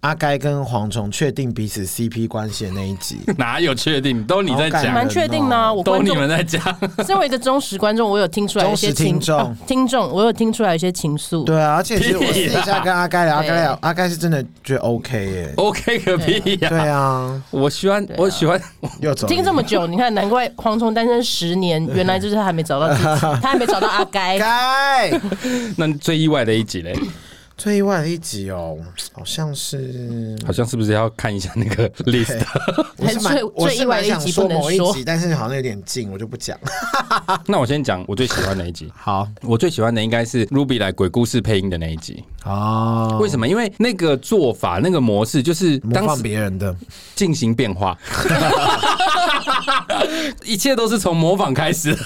Speaker 2: 阿该跟蝗虫确定彼此 CP 关系的那一集。
Speaker 1: 哪有确定？都你在
Speaker 2: 好感人
Speaker 1: 讲，
Speaker 3: 蛮确定的、
Speaker 2: 哎
Speaker 3: 啊，我
Speaker 1: 都
Speaker 3: 观
Speaker 1: 你
Speaker 3: 众
Speaker 1: 们在讲。 *laughs*
Speaker 3: 身为一个忠实观众，我有听出来一些
Speaker 2: 忠实听
Speaker 3: 情
Speaker 2: 众
Speaker 3: 啊听众，我有听出来一些情愫。
Speaker 2: 对啊，而且其实我私底下跟阿该聊，阿
Speaker 3: 对
Speaker 2: 该聊，阿该是真的觉得 OK 耶、
Speaker 1: OK 个屁呀、
Speaker 2: 对啊，
Speaker 1: 我喜欢，我喜欢，
Speaker 2: 又走了
Speaker 3: 听这么久，你看，难怪蝗虫单身
Speaker 1: *laughs*
Speaker 3: 十年，原来就是他还没找到自己，他还没找到阿该。
Speaker 2: 该
Speaker 1: 那最意外的一集嘞，
Speaker 2: 最意外的一集哦，好像是
Speaker 1: 好像是不是要看一下那个 list？
Speaker 2: 我是蛮
Speaker 3: 最
Speaker 2: 我是
Speaker 3: 最意外
Speaker 2: 蛮
Speaker 3: 的一
Speaker 2: 想
Speaker 3: 集
Speaker 2: 说
Speaker 3: 不能
Speaker 2: 某一
Speaker 3: 说
Speaker 2: 集，但是好像有点近，我就不讲。
Speaker 1: 那我先讲我最喜欢的一集。
Speaker 2: *laughs* 好
Speaker 1: 我最喜欢的应该是 Ruby 来鬼故事配音的那一集。
Speaker 2: 哦，
Speaker 1: 为什么？因为那个做法、那个模式，就是
Speaker 2: 模
Speaker 1: 当
Speaker 2: 仿
Speaker 1: 时
Speaker 2: 别人的。
Speaker 1: 进行变化。 *laughs* 一切都是从模仿开始。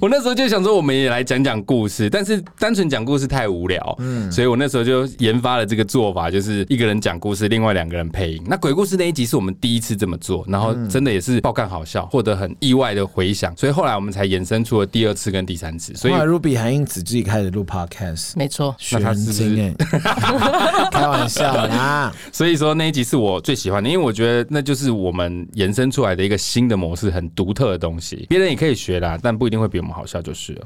Speaker 1: 我那时候就想说，我们也来讲讲故事，但是单纯讲故事太无聊，嗯，所以我那时候就研发了这个做法，就是一个人讲故事，另外两个人配音。那鬼故事那一集是我们第一次这么做，然后
Speaker 2: 嗯
Speaker 1: 真的也是爆干好笑，获得很意外的回响，所以后来我们才衍生出了第二次跟第三次。所以
Speaker 2: 后来 Ruby 还因此自己开始录 podcast，
Speaker 3: 没错，
Speaker 2: 学
Speaker 1: 他
Speaker 2: 人
Speaker 1: 是不是
Speaker 2: 精哎， *laughs* 开玩笑啦。
Speaker 1: 所以说那一集是我最喜欢的，因为我觉得那就是我们延伸出来的一个新的模式，很独特的东西，别人也可以学啦，但不一定会比我们好笑就是了。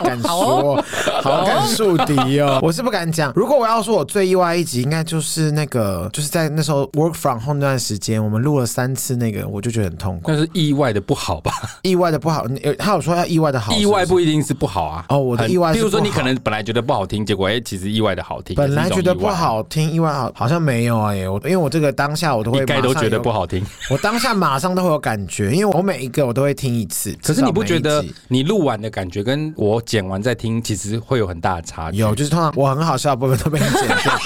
Speaker 2: 敢说，好敢树敌哦！ *laughs* 我是不敢讲。如果我要说我最意外一集，应该就是那个，就是在那时候 work from home 那段时间，我们录了三次那个，我就觉得很痛苦。
Speaker 1: 但是意外的不好吧？
Speaker 2: 意外的不好，你有他有说要意外的好，
Speaker 1: *laughs* 意外
Speaker 2: 是不
Speaker 1: 不一定是不好啊。
Speaker 2: 哦我的
Speaker 1: 很
Speaker 2: 意外是
Speaker 1: 比如说
Speaker 2: 不好
Speaker 1: 你可能本来觉得不好听，结果哎、其实意外的好听。
Speaker 2: 是本来觉得不
Speaker 1: 也
Speaker 2: 好听，意外好好像没有哎、我因为我这个当下我都
Speaker 1: 是一种意外，
Speaker 2: 会
Speaker 1: 一概都
Speaker 2: 马上
Speaker 1: 觉得
Speaker 2: 有
Speaker 1: 不，好听。
Speaker 2: 我当下马上都会有感觉，因为我每一个我都会听一次。
Speaker 1: 可是你不觉
Speaker 2: 至少
Speaker 1: 得
Speaker 2: 每一集
Speaker 1: 你录完的感觉跟我剪完再听，其实会有很大的差距？
Speaker 2: 有，就是通常我很好笑的部分都被你剪掉。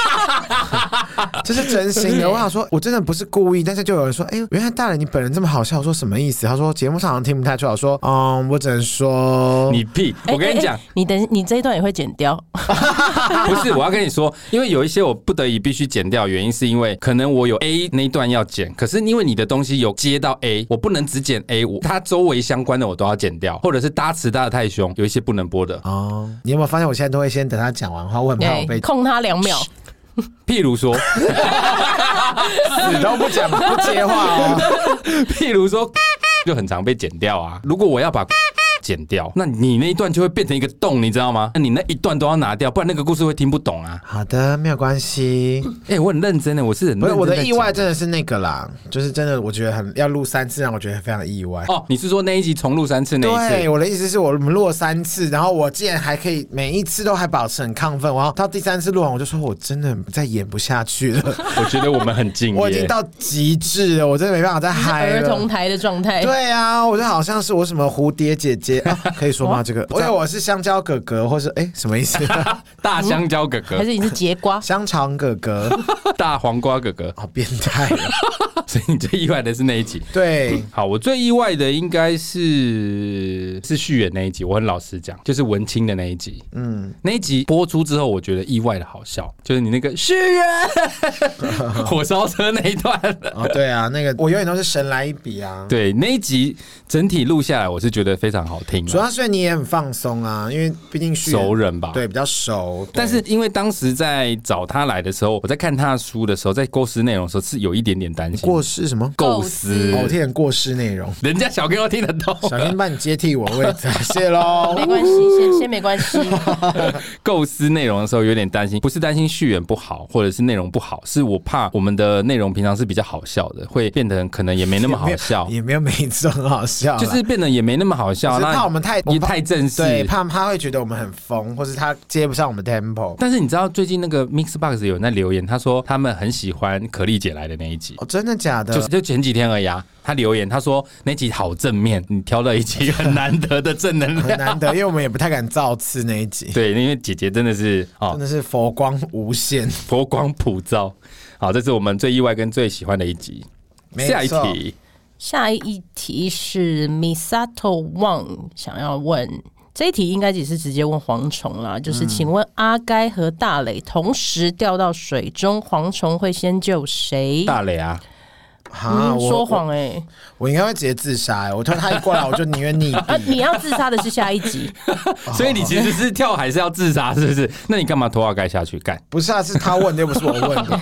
Speaker 2: *laughs* 这是真心的，我想说，我真的不是故意，但是就有人说，哎、原来大人你本人这么好笑，我说什么意思？他说节目上好像听不太出来，我说，嗯，我只能说，
Speaker 1: 你屁！
Speaker 3: 哎
Speaker 1: 我跟你
Speaker 3: 哎
Speaker 1: 讲
Speaker 3: 哎，你等你这一段也会剪掉，
Speaker 1: *laughs* 不是，我要跟你说，因为有一些我不得已必须剪掉，原因是因为可能我有 A 那一段要剪，可是因为你的东西有接到 A，我不能只剪 A，我它周围相关的我都要剪掉，或者是搭词搭的太凶，有一些不能播的，
Speaker 2: 哦，你有没有发现我现在都会先等他讲完话，我很怕我被
Speaker 3: 对，哎控他两秒。
Speaker 1: 譬如说， *laughs*
Speaker 2: 死都不讲不接话 *laughs* 哦。
Speaker 1: 譬如说， *laughs* 就很常被剪掉啊。如果我要把剪掉，那你那一段就会变成一个洞，你知道吗？那你那一段都要拿掉，不然那个故事会听不懂啊。
Speaker 2: 好的，没有关系。
Speaker 1: 哎、我很认真的，我是很
Speaker 2: 不
Speaker 1: 认
Speaker 2: 是
Speaker 1: 真
Speaker 2: 我
Speaker 1: 在
Speaker 2: 的
Speaker 1: 讲
Speaker 2: 意外真的是那个啦，就是真的，我觉得很要录三次，让我觉得非常意外。
Speaker 1: 哦，你是说那一集重录三次那一次？
Speaker 2: 对，我的意思是我们录了三次，然后我竟然还可以每一次都还保持很亢奋，然后到第三次录完，我就说我真的再演不下去 *laughs* 了，
Speaker 1: 我觉得我们很敬业。
Speaker 2: 我已经到极致了，我真的没办法再
Speaker 3: 是
Speaker 1: 哎
Speaker 2: 嗨
Speaker 3: 儿童
Speaker 2: 了。
Speaker 3: 台的状态。
Speaker 2: 对啊，我就好像是我什么蝴蝶姐 *laughs* 姐，啊、可以说吗？这个，因为我是香蕉哥哥，或是哎、什么意 *laughs* 思？？
Speaker 1: 大香蕉哥
Speaker 3: 还
Speaker 1: 哥，
Speaker 3: 是你是节
Speaker 1: *laughs*
Speaker 3: 瓜
Speaker 2: 香肠哥 *laughs* 哥，
Speaker 1: 大黄瓜哥 *laughs* 哥，
Speaker 2: 好变态哦。
Speaker 1: 所以你最意外的是那一集。
Speaker 2: 对，
Speaker 1: 好，我最意外的应该是是续演那一集，我很老实讲，就是文青的那一集。嗯，那一集播出之后，我觉得意外的好笑，就是你那个续演 *laughs* 火烧车那一
Speaker 2: *laughs*
Speaker 1: 段。
Speaker 2: 哦对啊，那个我永远都是神来一笔啊。
Speaker 1: 对，那一集整体录下来，我是觉得非常好好听啊、
Speaker 2: 主要是你也很放松啊，因为毕竟是
Speaker 1: 熟人吧
Speaker 2: 对，比较熟。对
Speaker 1: 但是因为当时在找他来的时候，我在看他的书的时候，在构思内容的时候是有一点点担心。
Speaker 2: 过世什么？
Speaker 1: 构思，
Speaker 2: 某天过世内
Speaker 1: *laughs*
Speaker 2: 容，
Speaker 1: 人家小哥都听得懂。
Speaker 2: 小心帮你接替我位置，谢喽。
Speaker 3: 没关系，先先没关系。
Speaker 1: 构思内容的时候有点担心，不是担心序言不好或者是内容不好，是我怕我们的内容平常是比较好笑的，会变得可能也 *laughs* 没那么好笑，
Speaker 2: 也没有每一次都很好笑啦，
Speaker 1: 就是变得也没那么好
Speaker 2: 只
Speaker 1: 笑。
Speaker 2: 是
Speaker 1: 那
Speaker 2: 怕我们太
Speaker 1: 也太正式，
Speaker 2: 对，怕他会觉得我们很疯，或是他接不上我们 tempo。
Speaker 1: 但是你知道最近那个 Mixbox 有人在留言，他说他们很喜欢可丽姐来的那一集，
Speaker 2: 哦，真的假的？
Speaker 1: 就就前几天而已啊。他留言他说那集好正面，你挑了一集很难得的正能
Speaker 2: 很 *laughs*
Speaker 1: 量。
Speaker 2: 难得，因为我们也不太敢造次那一集，
Speaker 1: *laughs* 对，因为姐姐真的是
Speaker 2: 真
Speaker 1: 哦
Speaker 2: 的是佛光无限。
Speaker 1: 佛光普照。好，这是我们最意外跟最喜欢的一集。
Speaker 2: 没
Speaker 1: 下一
Speaker 2: 错
Speaker 1: 题，
Speaker 3: 下一题是 Misato Wang 想要问。这一题应该也是直接问蝗虫啦，就是请问阿该和大磊同时掉到水中，蝗虫会先救谁？
Speaker 1: 大啊磊啊，
Speaker 2: 哈，
Speaker 3: 嗯
Speaker 2: 我
Speaker 3: 说谎哎、
Speaker 2: 我，我应该会直接自杀、欸。我突然他一过来，我就宁愿
Speaker 1: *laughs*
Speaker 2: 溺
Speaker 3: 啊！
Speaker 2: 毙。
Speaker 3: 你要自杀的是下一
Speaker 2: *laughs*
Speaker 3: 集，哦
Speaker 1: 所以你其实是跳海是要自杀，是不
Speaker 3: *laughs*
Speaker 1: 是？那你干嘛拖阿盖下去干？
Speaker 2: 不是啊，是他问的，又不是我问
Speaker 1: *laughs*
Speaker 2: 的。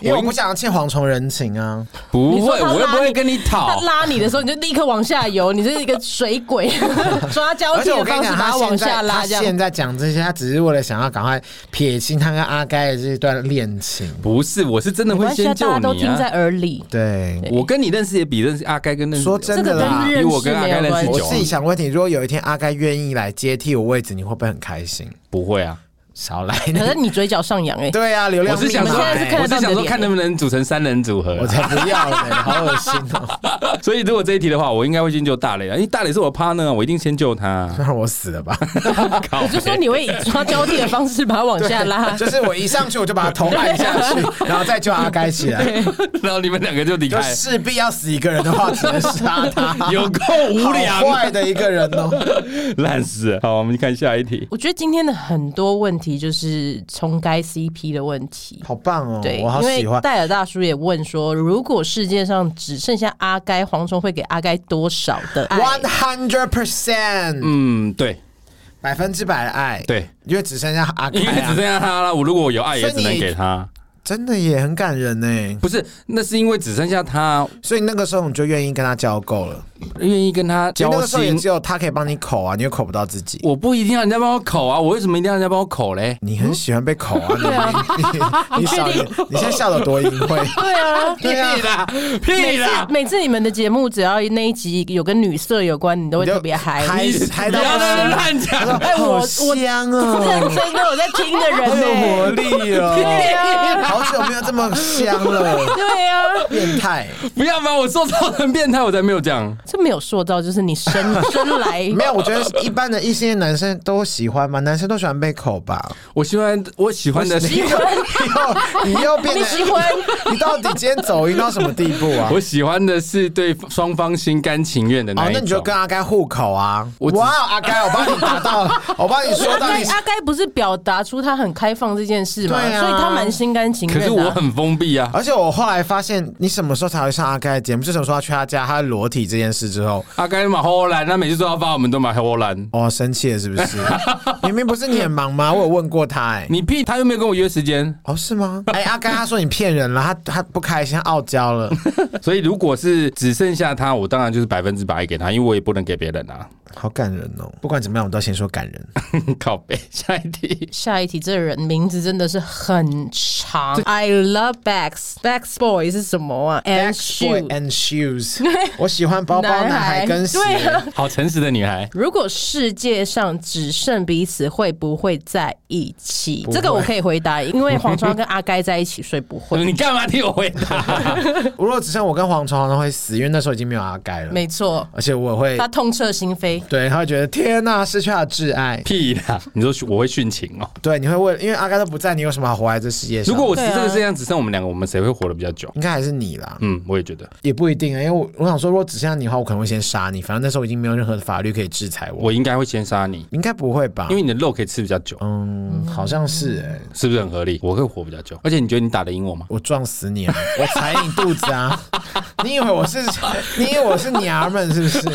Speaker 2: 因为我不想欠蝗虫人情啊。
Speaker 1: 不
Speaker 3: 你说
Speaker 1: 会，
Speaker 3: 他拉
Speaker 1: 我又不会
Speaker 3: 你
Speaker 1: 跟你
Speaker 3: 他
Speaker 1: 讨。
Speaker 3: 拉你的时候，你就立刻往下游，你就是一个水鬼，
Speaker 2: *laughs*
Speaker 3: 抓交
Speaker 2: 而
Speaker 3: 替
Speaker 2: 且我
Speaker 3: 的
Speaker 2: 跟你
Speaker 3: 方式
Speaker 2: 讲，
Speaker 3: 把
Speaker 2: 他
Speaker 3: 往
Speaker 2: 现在
Speaker 3: 下拉，
Speaker 2: 他
Speaker 3: 这样
Speaker 2: 现在讲这些，他只是为了想要赶快撇清他跟阿该的这段恋情。
Speaker 1: 不是，我是真的
Speaker 3: 没
Speaker 1: 会
Speaker 3: 关系
Speaker 1: 先
Speaker 3: 啊大
Speaker 1: 救
Speaker 3: 家都
Speaker 1: 你
Speaker 3: 听在
Speaker 1: 啊！
Speaker 3: 耳里。
Speaker 2: 对，
Speaker 1: 我跟你认识也比认识阿盖跟认识
Speaker 2: 说真的啦
Speaker 3: 这个跟
Speaker 1: 比我跟阿盖认识
Speaker 3: 认识没有
Speaker 2: 我
Speaker 1: 久
Speaker 3: 关
Speaker 1: 啊
Speaker 2: 自，己想问你，如果有一天阿该愿意来接替我位置，你会不会很开心？
Speaker 1: 不会啊。
Speaker 2: 少来，
Speaker 3: 可是你嘴角上扬哎、
Speaker 2: 对啊，流
Speaker 1: 我
Speaker 2: 量
Speaker 1: 是想
Speaker 2: 密
Speaker 1: 说哎
Speaker 2: 码欸
Speaker 3: 现在是看
Speaker 1: 我
Speaker 3: 得到
Speaker 1: 是
Speaker 3: 你的脸
Speaker 1: 想说看能不能组成三人组合
Speaker 2: 我
Speaker 1: 啊。
Speaker 2: 才不要 *laughs* 嘞，好恶心哦！
Speaker 1: *laughs* 所以如果这一题的话，我应该会先救大磊啊，因为大磊是我 partner，啊我一定先救他
Speaker 3: *laughs*
Speaker 1: 啊。
Speaker 2: 那让我死了吧。 *laughs*
Speaker 1: 靠
Speaker 3: 我就说你会以抓交替的方式把它往下
Speaker 2: *laughs*
Speaker 3: 拉，
Speaker 2: 就是我一上去我就把他头按下去，然后再救阿该起来。
Speaker 1: *laughs* 然后你们两个就离
Speaker 2: 就
Speaker 1: 开，
Speaker 2: 势必要死一个人的话，只能杀他。
Speaker 1: 有够无
Speaker 2: 好
Speaker 1: 聊，
Speaker 2: 坏的一个人哦，
Speaker 1: 烂死了。好，我们看下一题。
Speaker 3: 我觉得今天的很多问题就是重该 CP 的问题。
Speaker 2: 好棒哦
Speaker 3: 对，，
Speaker 2: 我好
Speaker 3: 因为
Speaker 2: 喜欢。
Speaker 3: 戴尔大叔也问说，如果世界上只剩下阿该，蝗虫会给阿该多少的爱？
Speaker 2: One hundred percent，
Speaker 1: 嗯，对
Speaker 2: 百分之百的爱。，
Speaker 1: 对，
Speaker 2: 因为只剩下阿
Speaker 1: 因为只
Speaker 2: 凯
Speaker 1: 剩，下他了。我如果我有爱，
Speaker 2: 所
Speaker 1: 也
Speaker 2: 以
Speaker 1: 只能
Speaker 2: 你
Speaker 1: 给他。
Speaker 2: 真的也很感人呢。
Speaker 1: 不是，那是因为只剩下他
Speaker 2: 所以那个时候你就愿意跟他交够了，
Speaker 1: 愿意跟他
Speaker 2: 因
Speaker 1: 交
Speaker 2: 为那个时候也
Speaker 1: 心。
Speaker 2: 只有他可以帮你口啊，你又口不到自己。
Speaker 1: 我不一定要人家帮我口啊，我为什么一定要人家帮我口嘞？
Speaker 2: 你很喜欢被口啊，你你你少点，你现在笑的多淫秽。
Speaker 3: 对啊，
Speaker 1: 屁啦，屁
Speaker 3: 每次
Speaker 1: 啦！
Speaker 3: 每次你们的节目只要那一集有跟女色有关，你都会
Speaker 2: 你就
Speaker 3: 特别嗨。
Speaker 2: 嗨
Speaker 1: 你
Speaker 2: 嗨
Speaker 1: 不
Speaker 2: 到
Speaker 1: 要
Speaker 2: 不
Speaker 1: 在那
Speaker 2: 行
Speaker 1: 乱讲，
Speaker 3: 哎，我
Speaker 2: 好
Speaker 3: 我
Speaker 2: 香哦，
Speaker 3: 认真的有在听的
Speaker 2: 好
Speaker 3: 人
Speaker 2: 有活
Speaker 3: 呢。
Speaker 2: 力
Speaker 3: 对
Speaker 2: 哦，
Speaker 3: 啊，
Speaker 2: 好久没有这么香了，
Speaker 3: 对啊，
Speaker 2: 变态。
Speaker 1: 不要把我塑造成变态，我才没有这样。
Speaker 3: 这没有说到，就是
Speaker 2: *laughs*
Speaker 3: 你生生来
Speaker 2: 没有，我觉得一般的异性恋男生都喜欢吧，男生都喜欢被口吧。
Speaker 1: 我喜欢我喜欢的，
Speaker 2: 你又你又变
Speaker 3: *laughs* 你喜
Speaker 2: 得，
Speaker 3: 欢。
Speaker 2: 你到底今天走音到什么地步啊
Speaker 1: 我？喜欢的是对双方心甘情愿的
Speaker 2: 哦
Speaker 1: 那，一
Speaker 2: 那
Speaker 1: 种。
Speaker 2: 你就跟阿该互口啊！
Speaker 1: 我只
Speaker 2: 哇，阿该，我帮你达到了，我帮你说
Speaker 3: 阿
Speaker 2: 到
Speaker 3: 该
Speaker 2: 你
Speaker 3: 阿该不是表达出他很开放这件事吗？
Speaker 2: 对啊
Speaker 3: 所以他蛮心甘情
Speaker 1: 可
Speaker 3: 愿
Speaker 1: 是
Speaker 3: 的
Speaker 1: 我
Speaker 3: 啊、
Speaker 1: 很封闭啊。
Speaker 2: 而且我后来发现，你什么时候才会上阿该的节目？自从说要去他家，他裸体这件事之后，
Speaker 1: 阿该买荷兰，他每次说要发，我们都买荷兰。
Speaker 2: 哦，生气了是不是？明明不是你很忙吗？我有问过他、哎，
Speaker 1: 你屁，他又没有跟我约时间。
Speaker 2: 哦，是吗？哎、阿该他说你骗人了，他他不开心，他傲娇了。
Speaker 1: 所以如果是只剩下他，我当然就是百分之百给他，因为我也不能给别人啊。 *laughs*
Speaker 2: 好感人哦！不管怎么样，我都要先说感人。
Speaker 1: 靠背，下一题。
Speaker 3: 下一题，这人名字真的是很长。I love bags bags boy 是什么啊
Speaker 2: Back
Speaker 3: ？And
Speaker 2: boy
Speaker 3: shoe
Speaker 2: and shoes，我喜欢包包、男孩跟鞋。
Speaker 3: 对啊。
Speaker 1: 好诚实的女孩，
Speaker 3: 如果世界上只剩彼此，会不会在一起？
Speaker 2: 会
Speaker 3: 这个我可以回答，因为黄川跟阿该在一起，所以不
Speaker 2: *laughs*
Speaker 3: 会。
Speaker 1: 你干嘛替我回答？
Speaker 2: 如果只剩我跟蝗虫，那会死，因为那时候已经没有阿该了。
Speaker 3: 没错，
Speaker 2: 而且我会
Speaker 3: 他，痛彻心扉。
Speaker 2: 对，他会觉得天呐，失去他的挚爱。
Speaker 1: *laughs* 屁啦！你说我会殉情哦？
Speaker 2: 对，你会问，因为阿该都不在，你有什么好活在这世界上？
Speaker 1: 如果我是
Speaker 3: 对啊
Speaker 1: 这个世界上只剩我们两个，我们谁会活得比较久？
Speaker 2: 应该还是你啦，
Speaker 1: 嗯，我也觉得，
Speaker 2: 也不一定啊、因为我我想说，如果只剩下你的话，我可能会先杀你。反正那时候已经没有任何的法律可以制裁我，
Speaker 1: 我应该会先杀你，
Speaker 2: 应该不会吧
Speaker 1: 因？为你的肉可以吃比较久，
Speaker 2: 嗯，好像是哎、
Speaker 1: 是不是很合理？我会活比较久，而且你觉得你打得赢我吗？ *laughs*
Speaker 2: 我撞死你啊！我踩你肚子啊！你以为我是你以为我是娘们是不 *laughs* 是？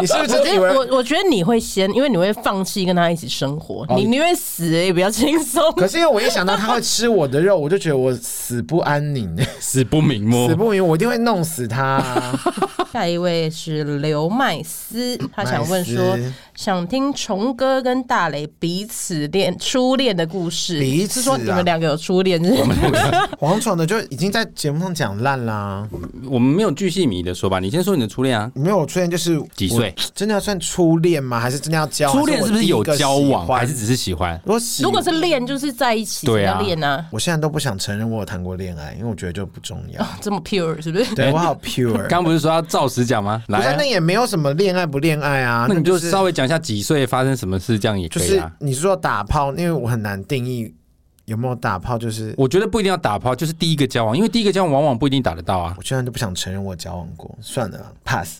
Speaker 2: 你是不
Speaker 3: 我
Speaker 2: 是以
Speaker 3: 觉
Speaker 2: 为
Speaker 3: 得我我觉得你会先，因为你会放弃跟他一起生活，你宁愿死也比较轻松。
Speaker 2: 哦可是因为我一想到他会吃我的肉，我就觉得我死不安宁，
Speaker 1: 死不瞑目
Speaker 2: 死。不明，我一定会弄死他
Speaker 1: *laughs*
Speaker 2: 啊、
Speaker 3: *laughs* 下一位是刘麦斯，他想问
Speaker 2: 麦
Speaker 3: 说
Speaker 2: 斯，
Speaker 3: 想听虫哥跟大雷彼此恋初恋的故事。
Speaker 2: 彼此啊
Speaker 3: 是说你们两个有初恋？就是
Speaker 2: 黄闯的就已经在节目上讲烂啦，
Speaker 1: 我们没有巨细靡的说吧，你先说你的初恋啊，
Speaker 2: 没有出现就是
Speaker 1: 几岁？
Speaker 2: 我真的要算初恋吗？还是真的要交？
Speaker 1: 初恋哦是不是有交往，还
Speaker 2: 还
Speaker 1: 是
Speaker 2: 是
Speaker 1: 只是喜欢？
Speaker 2: 我喜
Speaker 3: *laughs* 如果是恋，就是在一起
Speaker 1: 对啊
Speaker 3: 才叫恋啊，
Speaker 2: 我现在都不想承认我有谈过恋爱，因为我觉得就不重
Speaker 1: *laughs*
Speaker 2: 要。
Speaker 3: 这么 pure 是不是？
Speaker 2: 对我好 pure，
Speaker 1: 刚不是说要照实讲吗？
Speaker 2: 不
Speaker 1: 来
Speaker 2: 是
Speaker 1: 啊
Speaker 2: 那，也没有什么恋爱不恋爱啊，
Speaker 1: 那你就是稍微讲一下几岁发生什么事，这样也
Speaker 2: 就
Speaker 1: 可以
Speaker 2: 是
Speaker 1: 啊。
Speaker 2: 你是说打炮，因为我很难定义有没有打炮，就是
Speaker 1: 我觉得不一定要打炮，就是第一个交往，因为第一个交往往往不一定打得到啊。
Speaker 2: 我现在都不想承认我交往过，算了，pass。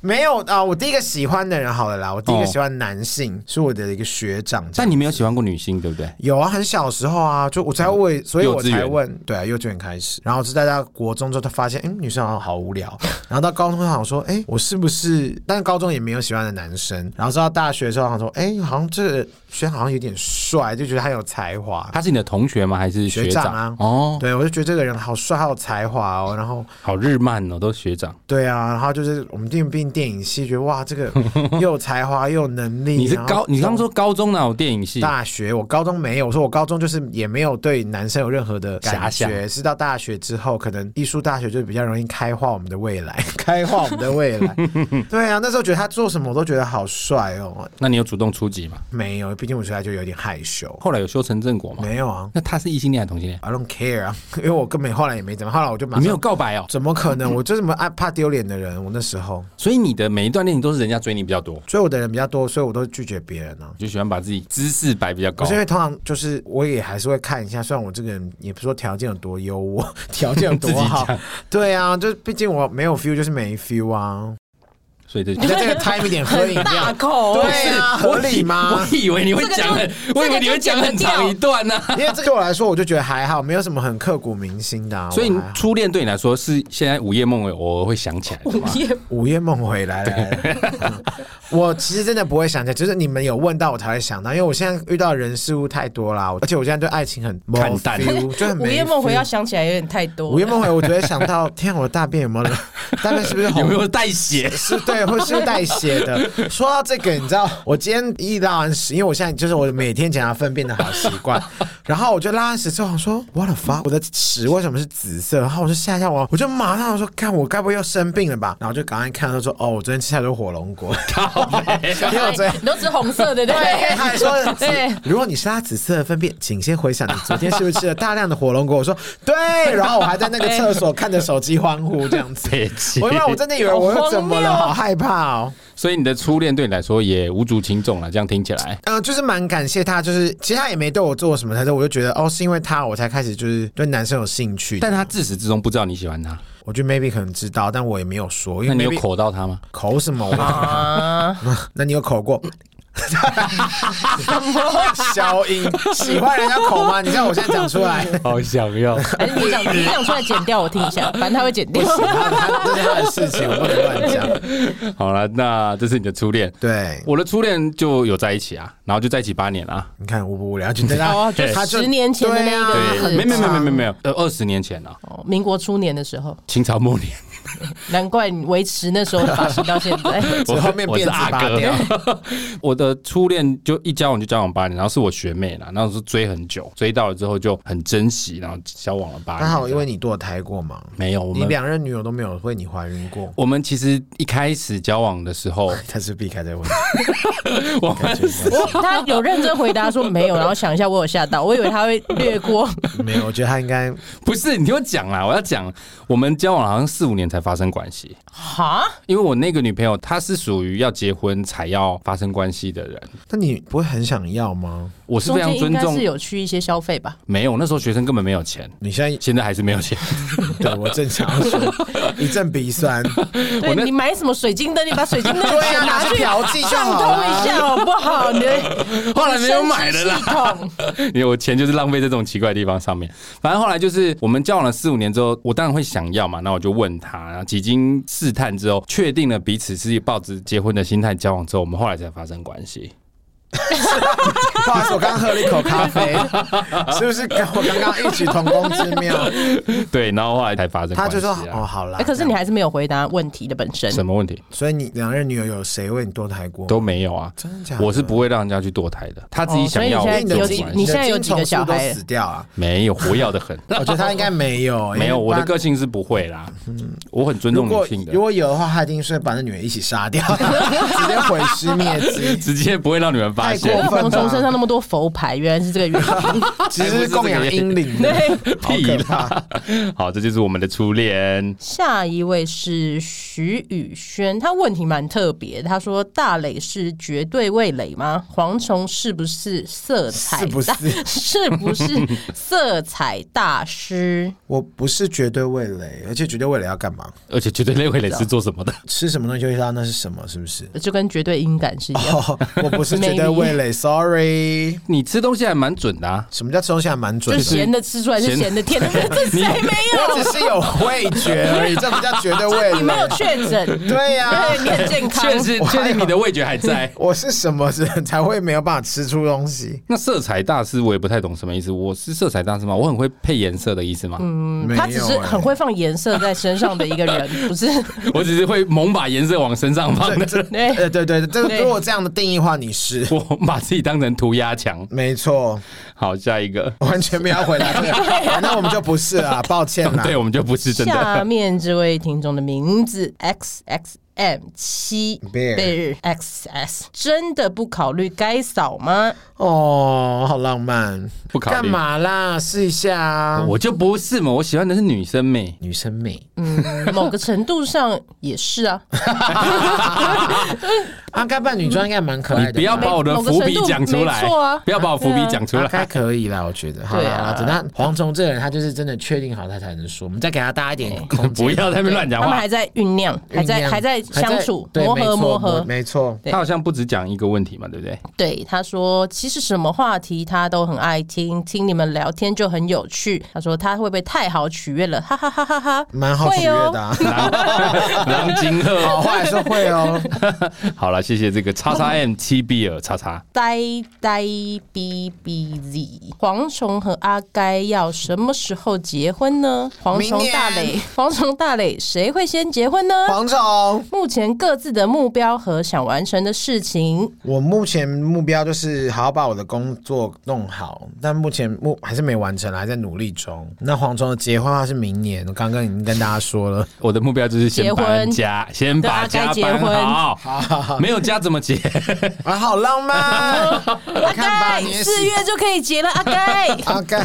Speaker 2: 没有啊、我第一个喜欢的人好了啦，我第一个
Speaker 1: 哦
Speaker 2: 喜欢男性、是我的一个学长，
Speaker 1: 但你没有喜欢过女星，对不对？
Speaker 2: 有啊，很小时候啊，就我才问，所以我
Speaker 1: 幼稚
Speaker 2: 才
Speaker 1: 园
Speaker 2: 问，对啊，幼稚园开始，然后是大家国中之后，他发现，嗯，女生好像好无
Speaker 1: *laughs*
Speaker 2: 聊，然后到高中好像说，哎、我是不是？但是高中也没有喜欢的男生，然后直到大学的时候，好像说，哎、好像这个学长好像有点帅，就觉得他有才华。
Speaker 1: 他是你的同学吗？还是
Speaker 2: 学
Speaker 1: 长？
Speaker 2: 长啊
Speaker 1: 哦，
Speaker 2: 对，我就觉得这个人好帅，好有才华哦。然后，
Speaker 1: 好日漫哦，都是学长。
Speaker 2: 对啊，然后就是我们电影电影系，觉得哇，这个
Speaker 1: *laughs*
Speaker 2: 又有才华又有能力。
Speaker 1: 你是
Speaker 2: 然后
Speaker 1: 高，你刚刚说高中哪有电影系？
Speaker 2: 大学，我高中没有，我说我高中就是也没有对男生有任何的感
Speaker 1: 遐想
Speaker 2: 觉，是到大学之后，可能艺术大学就比较容易开化我们的未
Speaker 1: *laughs*
Speaker 2: 来，开化我们的未来。对啊，那时候觉得他做什么我都觉得好帅哦，
Speaker 1: 那你有主动出击吗？
Speaker 2: 没有，毕竟我现在就有点害羞，
Speaker 1: 后来有修成正果吗？
Speaker 2: 没有啊
Speaker 1: 那他是异性恋还是同性恋？
Speaker 2: ，I don't care 啊，因为我根本后来也没怎么，后来我就马
Speaker 1: 你没有
Speaker 2: 上。
Speaker 1: 告白哦，
Speaker 2: 怎么可能？我就这么爱怕丢脸的人，我那时候
Speaker 1: 所以你的每一段恋情都是人家追你比较多，
Speaker 2: 追我的人比较多，所以我都拒绝别人啊。
Speaker 1: 你就喜欢把自己姿势摆比较
Speaker 2: 不
Speaker 1: 高
Speaker 2: 是。因为通常就是我也还是会看一下，虽然我这个人也不是说条件有多优渥， *laughs* 条件有多
Speaker 1: *laughs*
Speaker 2: 好
Speaker 1: 自己，
Speaker 2: 对啊，就毕竟我没有 feel 就是没 feel 啊。
Speaker 1: 所以这
Speaker 2: 你在
Speaker 1: *laughs*
Speaker 2: 这个 time 一点喝饮
Speaker 3: 很大
Speaker 2: 料，
Speaker 3: 口，
Speaker 2: 对啊，合理吗？
Speaker 1: 我以为你会讲很，
Speaker 3: 这个就
Speaker 1: 我以为你会讲很长一段呢、
Speaker 2: 因为这个对我来说，我就觉得还好，没有什么很刻骨铭心的、啊。
Speaker 1: 所以
Speaker 2: 我还好
Speaker 1: 初恋对你来说是现在午夜梦回偶尔会想起来的
Speaker 3: 午
Speaker 1: 吗？
Speaker 3: 夜
Speaker 2: 午夜梦回来了，嗯 *laughs* 我其实真的不会想起来，就是你们有问到我才会想到，因为我现在遇到的人事物太多啦，而且我现在对爱情很没
Speaker 1: 看淡
Speaker 2: feel，就很没
Speaker 3: *laughs* 午夜梦回
Speaker 2: feel
Speaker 3: 要想起来有点太多。
Speaker 2: 午夜梦回，我只会想
Speaker 1: *laughs*
Speaker 2: 到，天啊，我的大便有没有了？大便是不是红？
Speaker 1: 有没有带血？
Speaker 2: 是对，或是带
Speaker 1: *laughs*
Speaker 2: 血的。说到这个，你知道，我今天一拉完屎，因为我现在就是我每天检查粪便的好习
Speaker 1: *laughs*
Speaker 2: 惯，然后我就拉完屎之后，我说 What the fuck，我的屎为什么是紫色？然后我就吓一跳，我我就马上说，看我该不会又生病了吧？然后就赶快看，他说哦，我昨天吃太多火龙果， *laughs* 因为我昨天
Speaker 3: 对，你都吃红色的，对不
Speaker 2: 对，他还
Speaker 3: 对？
Speaker 2: 说紫
Speaker 3: *laughs* 对，
Speaker 2: 如果你是拉紫色的粪便，请先回想你昨天是不是吃了大量的火龙果？我说对，然后我还在那个厕所看着手机欢呼这
Speaker 3: *laughs*
Speaker 2: 样子。
Speaker 1: 别急
Speaker 2: 我因为我真的以为我又怎么了，
Speaker 3: 好荒谬
Speaker 2: 好害怕哦。
Speaker 1: 所以你的初恋对你来说也无足轻重了，这样听起来。
Speaker 2: 嗯、就是蛮感谢他，就是其实他也没对我做什么，但是我就觉得哦，是因为他我才开始就是对男生有兴趣。
Speaker 1: 但他自始至终不知道你喜欢他，
Speaker 2: 我觉得 maybe 可能知道，但我也没有说，因
Speaker 1: 那
Speaker 2: 为
Speaker 1: 你有
Speaker 2: maybe
Speaker 1: 口到他吗？
Speaker 2: 口什么嘛？
Speaker 3: 啊，
Speaker 2: 那你有口
Speaker 3: *laughs*
Speaker 2: 过？消音，喜欢人家口吗？你知道我现在讲出来，
Speaker 1: 好想要，
Speaker 3: 还是你想你
Speaker 2: *laughs*
Speaker 3: 想出来剪掉，我听一下，反正他会剪掉。
Speaker 2: 这是他的事情，我不能乱讲。
Speaker 1: 好了，那这是你的初恋。
Speaker 2: 对，
Speaker 1: 我的初恋就有在一起啊，然后就在一起八年啊，
Speaker 2: 你看无不无聊，就等他，
Speaker 3: *laughs* 哦，就
Speaker 2: 他就
Speaker 3: 十年前的那一
Speaker 2: 对啊
Speaker 3: 个
Speaker 1: 对，
Speaker 3: 日
Speaker 1: 没没
Speaker 3: 子，
Speaker 1: 没没没没有，呃，二十年前啊，
Speaker 3: 哦民国初年的时候，
Speaker 1: 清朝末年，
Speaker 3: 难怪你维持那时候的发型到现
Speaker 2: *laughs*
Speaker 3: 在。
Speaker 2: 我后面
Speaker 1: 我是
Speaker 2: 辫子
Speaker 1: 阿
Speaker 2: 拔
Speaker 1: 哥
Speaker 2: 掉。
Speaker 1: *laughs* 我的初恋就一交往就交往八年，然后是我学妹啦，然后是追很久，追到了之后就很珍惜，然后交往了八年。
Speaker 2: 刚好因为你堕胎过嘛，
Speaker 1: 没有我
Speaker 2: 你
Speaker 1: 们，
Speaker 2: 两任女友都没有为你怀孕过，
Speaker 1: 我们其实一开始交往的时候，
Speaker 2: *laughs* 他是避开这个问题。
Speaker 1: 我
Speaker 2: 感觉应该
Speaker 3: 他有认真回答说没有，然后想一下，我有吓到，我以为他会略
Speaker 2: *laughs*
Speaker 3: 过。
Speaker 2: 是 *laughs* 没有，我觉得他应该
Speaker 1: 不是你听我讲啦，我要讲我们交往好像四五年才发生关系，
Speaker 3: 哈，
Speaker 1: 因为我那个女朋友她是属于要结婚才要发生关系的人，
Speaker 2: 那你不会很想要吗？
Speaker 1: 我是
Speaker 3: *laughs* 中
Speaker 1: 非常
Speaker 3: 间应
Speaker 1: 尊
Speaker 3: 该
Speaker 1: 重
Speaker 3: 是。有去一些消费吧？
Speaker 1: 没有，那时候学生根本没有钱，
Speaker 2: 你现在
Speaker 1: 现在还是没有
Speaker 2: *laughs*
Speaker 1: 钱。
Speaker 2: 对我正想要说一阵鼻酸，
Speaker 3: 对你买什么水晶灯？你把水晶灯的
Speaker 2: 对啊
Speaker 3: 钱拿
Speaker 2: 拿去啊
Speaker 3: 去
Speaker 2: 调剂就
Speaker 3: 畅
Speaker 2: 好
Speaker 3: 通
Speaker 2: 了
Speaker 3: 一下好不好？你的 *laughs*
Speaker 1: 后来没有买了啦
Speaker 3: 生殖系统
Speaker 1: 因为我钱就是浪费在这种奇怪的地方。上面。反正后来就是我们交往了四五年之后，我当然会想要嘛，那我就问他，然后几经试探之后，确定了彼此是抱着结婚的心态交往之后，我们后来才发生关系。
Speaker 2: 不好意思，我刚喝了一口咖
Speaker 3: *laughs*
Speaker 2: 啡，是不是跟我刚刚异曲同工之妙？
Speaker 1: 对，然后后来才发生
Speaker 2: 他
Speaker 1: 关系、啊。
Speaker 2: 就说哦，好啦。
Speaker 3: 哎，可是你还是没有回答问题的本身。
Speaker 1: 什么问题
Speaker 2: 所以你两任女友有谁为你堕胎过？
Speaker 1: 都没有啊，
Speaker 2: 真的假的？
Speaker 1: 我是不会让人家去堕胎的，他自己想要
Speaker 3: 哦
Speaker 1: 我
Speaker 3: 所以
Speaker 1: 就没关
Speaker 2: 因为你的
Speaker 3: 有
Speaker 1: 系，
Speaker 3: 几
Speaker 2: 精
Speaker 3: 你现在有几个小
Speaker 2: 你的精虫是不是
Speaker 3: 孩
Speaker 2: 都死掉啊？
Speaker 1: 没有活要的
Speaker 2: *laughs*
Speaker 1: 很。
Speaker 2: 我觉得他应该没有，
Speaker 1: 没有，我的
Speaker 2: 因为
Speaker 1: 个性是不会啦，我很尊
Speaker 2: 如
Speaker 1: 重
Speaker 2: 果
Speaker 1: 女性的
Speaker 2: 如，果有的话，他一定是把那女人一起杀掉， *laughs* 直接毁尸灭
Speaker 1: *laughs*
Speaker 2: 迹。
Speaker 1: 直接不会让你们发现
Speaker 2: 太
Speaker 3: 那
Speaker 2: 过啊
Speaker 3: 黄虫身上那么多佛牌，原来是这个原
Speaker 2: *laughs*
Speaker 3: 因。
Speaker 2: 其实是供养阴灵的， *laughs*
Speaker 3: 对，
Speaker 2: 好可
Speaker 1: 屁
Speaker 2: 怕。
Speaker 1: 啦。 *laughs* 好，这就是我们的初恋。
Speaker 3: 下一位是徐宇轩，他问题蛮特别，他说大磊是绝对味蕾吗？蝗虫是不是色彩
Speaker 2: 是不是
Speaker 3: 大？ *laughs* 是不是色彩大师？
Speaker 2: 我不是绝对味蕾，而且绝对味蕾要干嘛？
Speaker 1: 而且绝对累会蕾是做什么的？
Speaker 2: 吃什么东西就会知道那是什么，是不是？ *laughs*
Speaker 3: 就跟绝对音感是一样。
Speaker 2: 哦，我不是绝对味蕾，sorry。
Speaker 1: *laughs* 你吃东西还蛮准的 *laughs* 啊。
Speaker 2: 什么叫吃东西还蛮
Speaker 3: 就
Speaker 2: 准
Speaker 3: 是
Speaker 2: 的？
Speaker 3: 咸的吃出来是咸
Speaker 2: *laughs*
Speaker 3: 的，甜的这谁没有？
Speaker 2: 我只是有味觉而已，这不叫绝对
Speaker 3: *laughs*
Speaker 2: 味
Speaker 3: 你没有
Speaker 2: 蕾。
Speaker 3: 确诊，
Speaker 2: *laughs* 对啊呀、。
Speaker 3: 对，你很健康。
Speaker 1: 确实，确实你的味觉还在
Speaker 2: 我是什么人才会没有办法吃出东西？
Speaker 1: *laughs* 那色彩大师我也不太懂什么意思。我是色彩大师吗？我很会配颜色的意思吗？
Speaker 3: 嗯
Speaker 2: 没有、哎欸
Speaker 3: 他只是很会放颜色在身上的一个人，不是？
Speaker 1: *laughs*
Speaker 3: *laughs*
Speaker 1: 我只是会猛把颜色往身上放的人。
Speaker 2: 哎。
Speaker 3: 对，
Speaker 2: 呃，对对对，这
Speaker 3: 对
Speaker 2: 如果这样的定义话，你是
Speaker 1: *laughs* 我把自己当成涂鸦墙。
Speaker 2: 没错，
Speaker 1: 好，下一个，
Speaker 2: 完全没有回答这个，啊那我们就不是啊，抱歉啦。
Speaker 1: 对，我们就不是 *laughs* 真的。
Speaker 3: 下面这位听众的名字 x x m 七
Speaker 2: Bear
Speaker 3: x s 真的不考虑该扫吗？
Speaker 2: 哦，好浪漫，
Speaker 1: 不考虑
Speaker 2: 干嘛啦？试一下啊，
Speaker 1: 我就不是嘛，我喜欢的是女生美。
Speaker 2: 女生
Speaker 3: *laughs*
Speaker 2: 美。
Speaker 3: 嗯，某个程度上也是啊，
Speaker 2: 阿啊该扮女装应该蛮可爱
Speaker 1: 你
Speaker 2: 的吧，
Speaker 1: 不要把我的伏笔讲出
Speaker 3: 没
Speaker 1: 来
Speaker 3: 错啊，
Speaker 1: 不要把我伏笔讲出
Speaker 2: 大
Speaker 1: 来。
Speaker 2: 概可以啦，我觉得。好
Speaker 3: 对
Speaker 2: 啦，
Speaker 3: 啊
Speaker 2: 好啦等他蝗虫这个人，他就是真的确定好，他才能说。我们再给他大一点空间，
Speaker 1: 哦不要在那边乱 *laughs* 讲
Speaker 3: 他们
Speaker 1: 话
Speaker 3: 还。在酝酿，还
Speaker 2: 酝
Speaker 3: 在
Speaker 2: 酿
Speaker 3: 还在相处
Speaker 2: 对
Speaker 3: 磨
Speaker 2: 没错
Speaker 3: 合磨合。
Speaker 2: 没错。
Speaker 3: 对
Speaker 1: 他好像不只讲一个问题嘛，对不对？ *laughs*
Speaker 3: 对，他说其实什么话题他都很爱听，听你们聊天就很有趣。他说他会不会太好取悦了？哈哈哈哈哈，
Speaker 2: 蛮好取悦的、
Speaker 3: 会哦。
Speaker 2: 啊，
Speaker 1: 狼金 *laughs* 鹤。
Speaker 2: 好坏说会哦。
Speaker 1: *laughs* 好了，谢谢这个叉叉 M 七 B 尔叉叉。
Speaker 3: 呆呆 B B Z，蝗虫和阿该要什么时候结婚呢？蝗虫大
Speaker 2: 明
Speaker 3: 磊，蝗虫大磊，谁会先结婚呢？
Speaker 2: 蝗虫，
Speaker 3: 目前各自的目标和想完成的事情，
Speaker 2: 我目前目标就是好好把我的工作弄好，但目前目还是没完成啦，还在努力中。那蝗虫的结婚的话是明年，我刚刚已经跟大家说了。
Speaker 1: 我的目标就是先
Speaker 3: 结婚
Speaker 1: 搬家，先把
Speaker 3: 对
Speaker 1: 家
Speaker 3: 啊该结
Speaker 1: 搬好。没有家怎么
Speaker 3: *laughs*
Speaker 1: 结？
Speaker 2: *laughs* 啊，好浪漫！啊我
Speaker 3: 阿
Speaker 2: 看 *laughs* 吧，
Speaker 3: 该
Speaker 2: 你也
Speaker 3: 四
Speaker 2: 是。
Speaker 3: 月就可以结了。阿该，
Speaker 2: 阿该，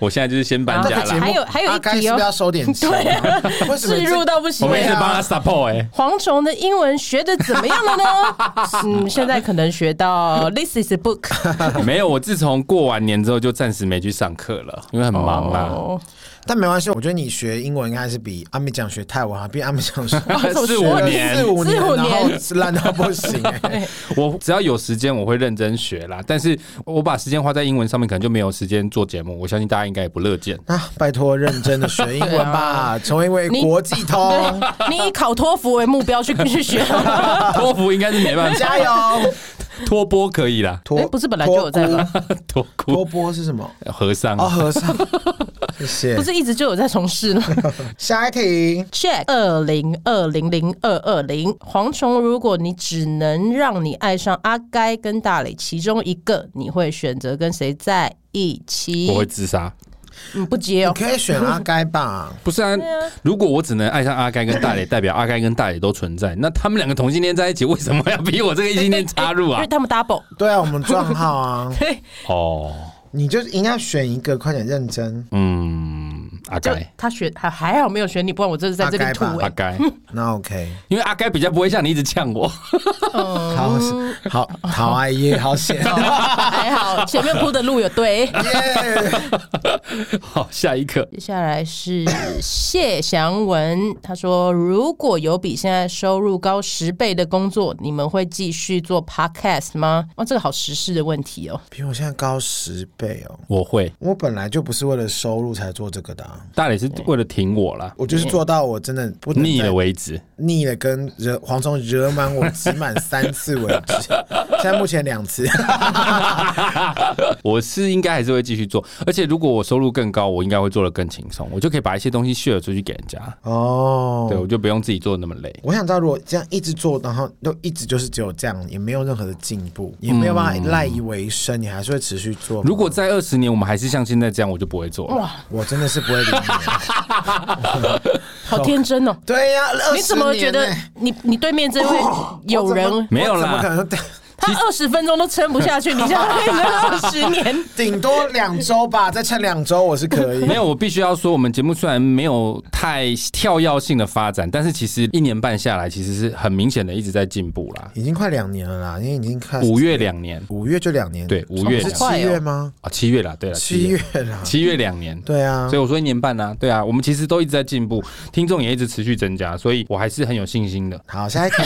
Speaker 1: 我现在就是先搬家
Speaker 3: 啊这个
Speaker 1: 啦。
Speaker 3: 还有还有一题
Speaker 2: 阿该是
Speaker 3: 哦
Speaker 2: 不是要收点钱？
Speaker 3: 对啊
Speaker 2: 为什么这
Speaker 3: 置入到不行啊
Speaker 1: 我
Speaker 3: 了。
Speaker 1: 们一直帮他 support
Speaker 3: *laughs*
Speaker 1: 哎。
Speaker 3: 蝗虫的英文学的怎么样了呢？嗯，现在可能学到 This is a book，
Speaker 1: 没有，我自从过完年之后就暂时没去上课了，因为很忙啊。
Speaker 3: 哦
Speaker 2: 但没关系，我觉得你学英文应该是比阿美讲学泰文还比阿美讲
Speaker 3: *laughs*
Speaker 2: 学
Speaker 1: 四五
Speaker 2: 四
Speaker 1: 年，
Speaker 2: 五年，
Speaker 3: 四五年
Speaker 2: 然后是烂到不
Speaker 3: *laughs*
Speaker 2: 行、欸。
Speaker 1: 我只要有时间我会认真学啦。但是我把时间花在英文上面，可能就没有时间做节目。我相信大家应该也不乐见。 *laughs*
Speaker 2: 啊，拜托，认真的学英文
Speaker 3: *laughs*
Speaker 2: 吧，成为一位
Speaker 3: 你
Speaker 2: 国际通，
Speaker 3: 对，啊你以 *laughs* 考托福为目标去去学。
Speaker 1: 托福应该是没办法，
Speaker 2: *laughs* 加油！
Speaker 1: 托波可以啦，
Speaker 2: 托
Speaker 3: 哎不是本来就有
Speaker 2: *laughs*
Speaker 3: 在吗？
Speaker 1: 托
Speaker 2: 托
Speaker 1: 哭
Speaker 2: 波是什么？
Speaker 1: 和尚
Speaker 2: *laughs* 哦，和尚。谢谢
Speaker 3: 不。是一直就有在从事吗
Speaker 2: 下一题，
Speaker 3: ？Check 二零二零零二二零蝗虫，如果你只能让你爱上阿该跟大磊其中一个，你会选择跟谁在一起
Speaker 1: 我？会自杀。
Speaker 3: 嗯，不接
Speaker 2: 你
Speaker 3: 哦。
Speaker 2: 可以选阿该
Speaker 3: *laughs*
Speaker 2: 吧？
Speaker 1: 不是啊，如果我只能爱上阿该跟大磊，代表阿该跟大磊都存在，那他们两个同性恋在一起，为什么要逼我这个异性恋插入
Speaker 3: 因 *laughs*
Speaker 1: 啊
Speaker 3: 为？他
Speaker 1: *laughs*
Speaker 3: 们 double，
Speaker 2: 对啊，我们撞号啊，
Speaker 1: 哦，
Speaker 2: 你就应该选一个，快点认真。
Speaker 1: 嗯，阿
Speaker 3: 就
Speaker 1: 该。
Speaker 3: 他选还还好没有选你，不然我这是在
Speaker 2: 阿
Speaker 3: 这边
Speaker 2: 该
Speaker 3: 吐
Speaker 2: 吧
Speaker 1: 阿
Speaker 3: 哎、
Speaker 1: 该，
Speaker 2: 那 OK，
Speaker 1: 因为阿该比较不会像你一直呛我， *laughs*
Speaker 2: 好好好阿姨，好
Speaker 3: *laughs*
Speaker 2: 险。
Speaker 3: 啊哎还好前面铺的路有
Speaker 2: *laughs*
Speaker 3: 对。
Speaker 2: 耶
Speaker 1: 好，下一个
Speaker 3: 接下来是谢祥文，他说：“如果有比现在收入高十倍的工作，你们会继续做 podcast 吗？”哇，这个好时事的问题哦。
Speaker 2: 比我现在高十倍哦！
Speaker 1: 我会，
Speaker 2: 我本来就不是为了收入才做这个的啊、
Speaker 1: 大磊是为了挺我啦，
Speaker 2: 我就是做到我真的不能
Speaker 1: 腻
Speaker 2: 再
Speaker 1: 了为止。
Speaker 2: 腻了，跟惹蝗虫惹满我挤满三次为 *laughs* 止。现在目前两次，
Speaker 1: 我是应该还是会继续做，而且如果我收入更高，我应该会做的更轻松，我就可以把一些东西 share 出去给人家，
Speaker 2: 哦
Speaker 1: 对，我就不用自己做的那么累。
Speaker 2: 我想知道，如果这样一直做，然后都一直就是只有这样，也没有任何的进步，也没有办法赖以为生，你还是会持续做吗。
Speaker 1: 嗯如果在二十年我们还是像现在这样，我就不会做了。
Speaker 2: 我真的是不会
Speaker 1: *laughs*
Speaker 2: 理你。
Speaker 3: 好天真哦！
Speaker 2: 对呀、20
Speaker 3: 你怎么觉得
Speaker 2: 年呢
Speaker 3: 你你对面这位有人，
Speaker 1: 没有
Speaker 2: 我怎么可
Speaker 1: 啦，
Speaker 2: 能？
Speaker 3: 他二十分钟都撑不下去，你现在二
Speaker 2: *laughs*
Speaker 3: 十年，
Speaker 2: 顶多两
Speaker 1: *laughs*
Speaker 2: 周吧，再撑两周我是可以。
Speaker 1: 没有，我必须要说，我们节目虽然没有太跳跃性的发展，但是其实一年半下来，其实是很明显的一直在进步啦。
Speaker 2: 已经快两年了啦，因为已经开始
Speaker 1: 五月两年
Speaker 2: 五月就两年，
Speaker 1: 对五月
Speaker 2: 是
Speaker 1: 两
Speaker 3: 年
Speaker 2: 七月吗？
Speaker 1: 啊，七月啦，对了，
Speaker 2: 七月啦，
Speaker 1: 七月两年，
Speaker 2: 对啊
Speaker 1: 所以，我说一年半啊，对啊，我们其实都一直在进步，听众也一直持续增加，所以我还是很有信心的。*laughs*
Speaker 2: 好，下一题，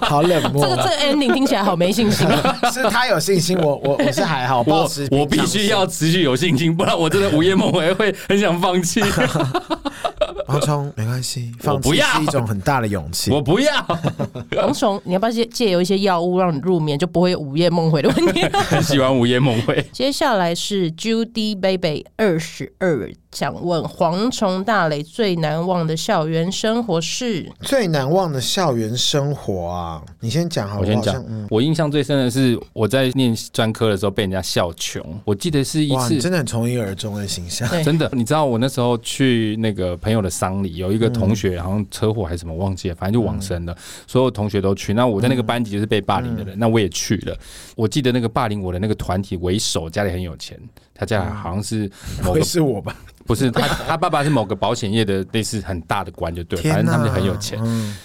Speaker 2: 好冷
Speaker 3: 这
Speaker 2: 漠啊
Speaker 3: 个。这个 ending 听起来好没信心哦。
Speaker 2: 是他有信心，我我我是还好，保
Speaker 1: 我
Speaker 2: 持平
Speaker 1: 我
Speaker 2: 常
Speaker 1: 必
Speaker 2: 心
Speaker 1: 须要持续有信心，不然我真的午夜梦回会很想放
Speaker 2: *laughs*
Speaker 1: 弃。
Speaker 2: 王冲，没关系，放
Speaker 1: 不
Speaker 2: 弃
Speaker 1: 要
Speaker 2: 是一种很大的勇气。
Speaker 1: 我不要，
Speaker 3: 蝗虫，你要不要借借由一些药物让你入眠，就不会有午夜梦回的问题？
Speaker 1: 很喜欢午夜梦
Speaker 2: *laughs*
Speaker 1: 回。
Speaker 3: 接下来是 Judy Baby 二十二，想问蝗虫大雷最难忘的校园生活是？
Speaker 2: 最难忘的校园生活啊，你先讲好了，
Speaker 1: 我先讲
Speaker 2: 好像嗯，
Speaker 1: 我印象最深的是我在念专科的时候被人家笑穷。我记得是一
Speaker 2: 哇，你
Speaker 1: 次
Speaker 2: 真的很从一而终的形象。
Speaker 3: 对
Speaker 1: 真的，你知道我那时候去那个朋友的丧礼，有一个同学好像车祸还是什么忘记了，反正就往生了，所有同学都去。那我在那个班级就是被霸凌的人，那我也去了。我记得那个霸凌我的那个团体为首，家里很有钱，他家好像是某
Speaker 2: 会
Speaker 1: 个
Speaker 2: 是我吧？
Speaker 1: 不是他他爸爸是某个保险业的类似很大的官就对了，
Speaker 2: 天
Speaker 1: 反
Speaker 2: 哪嗯
Speaker 1: 正他们就很有钱。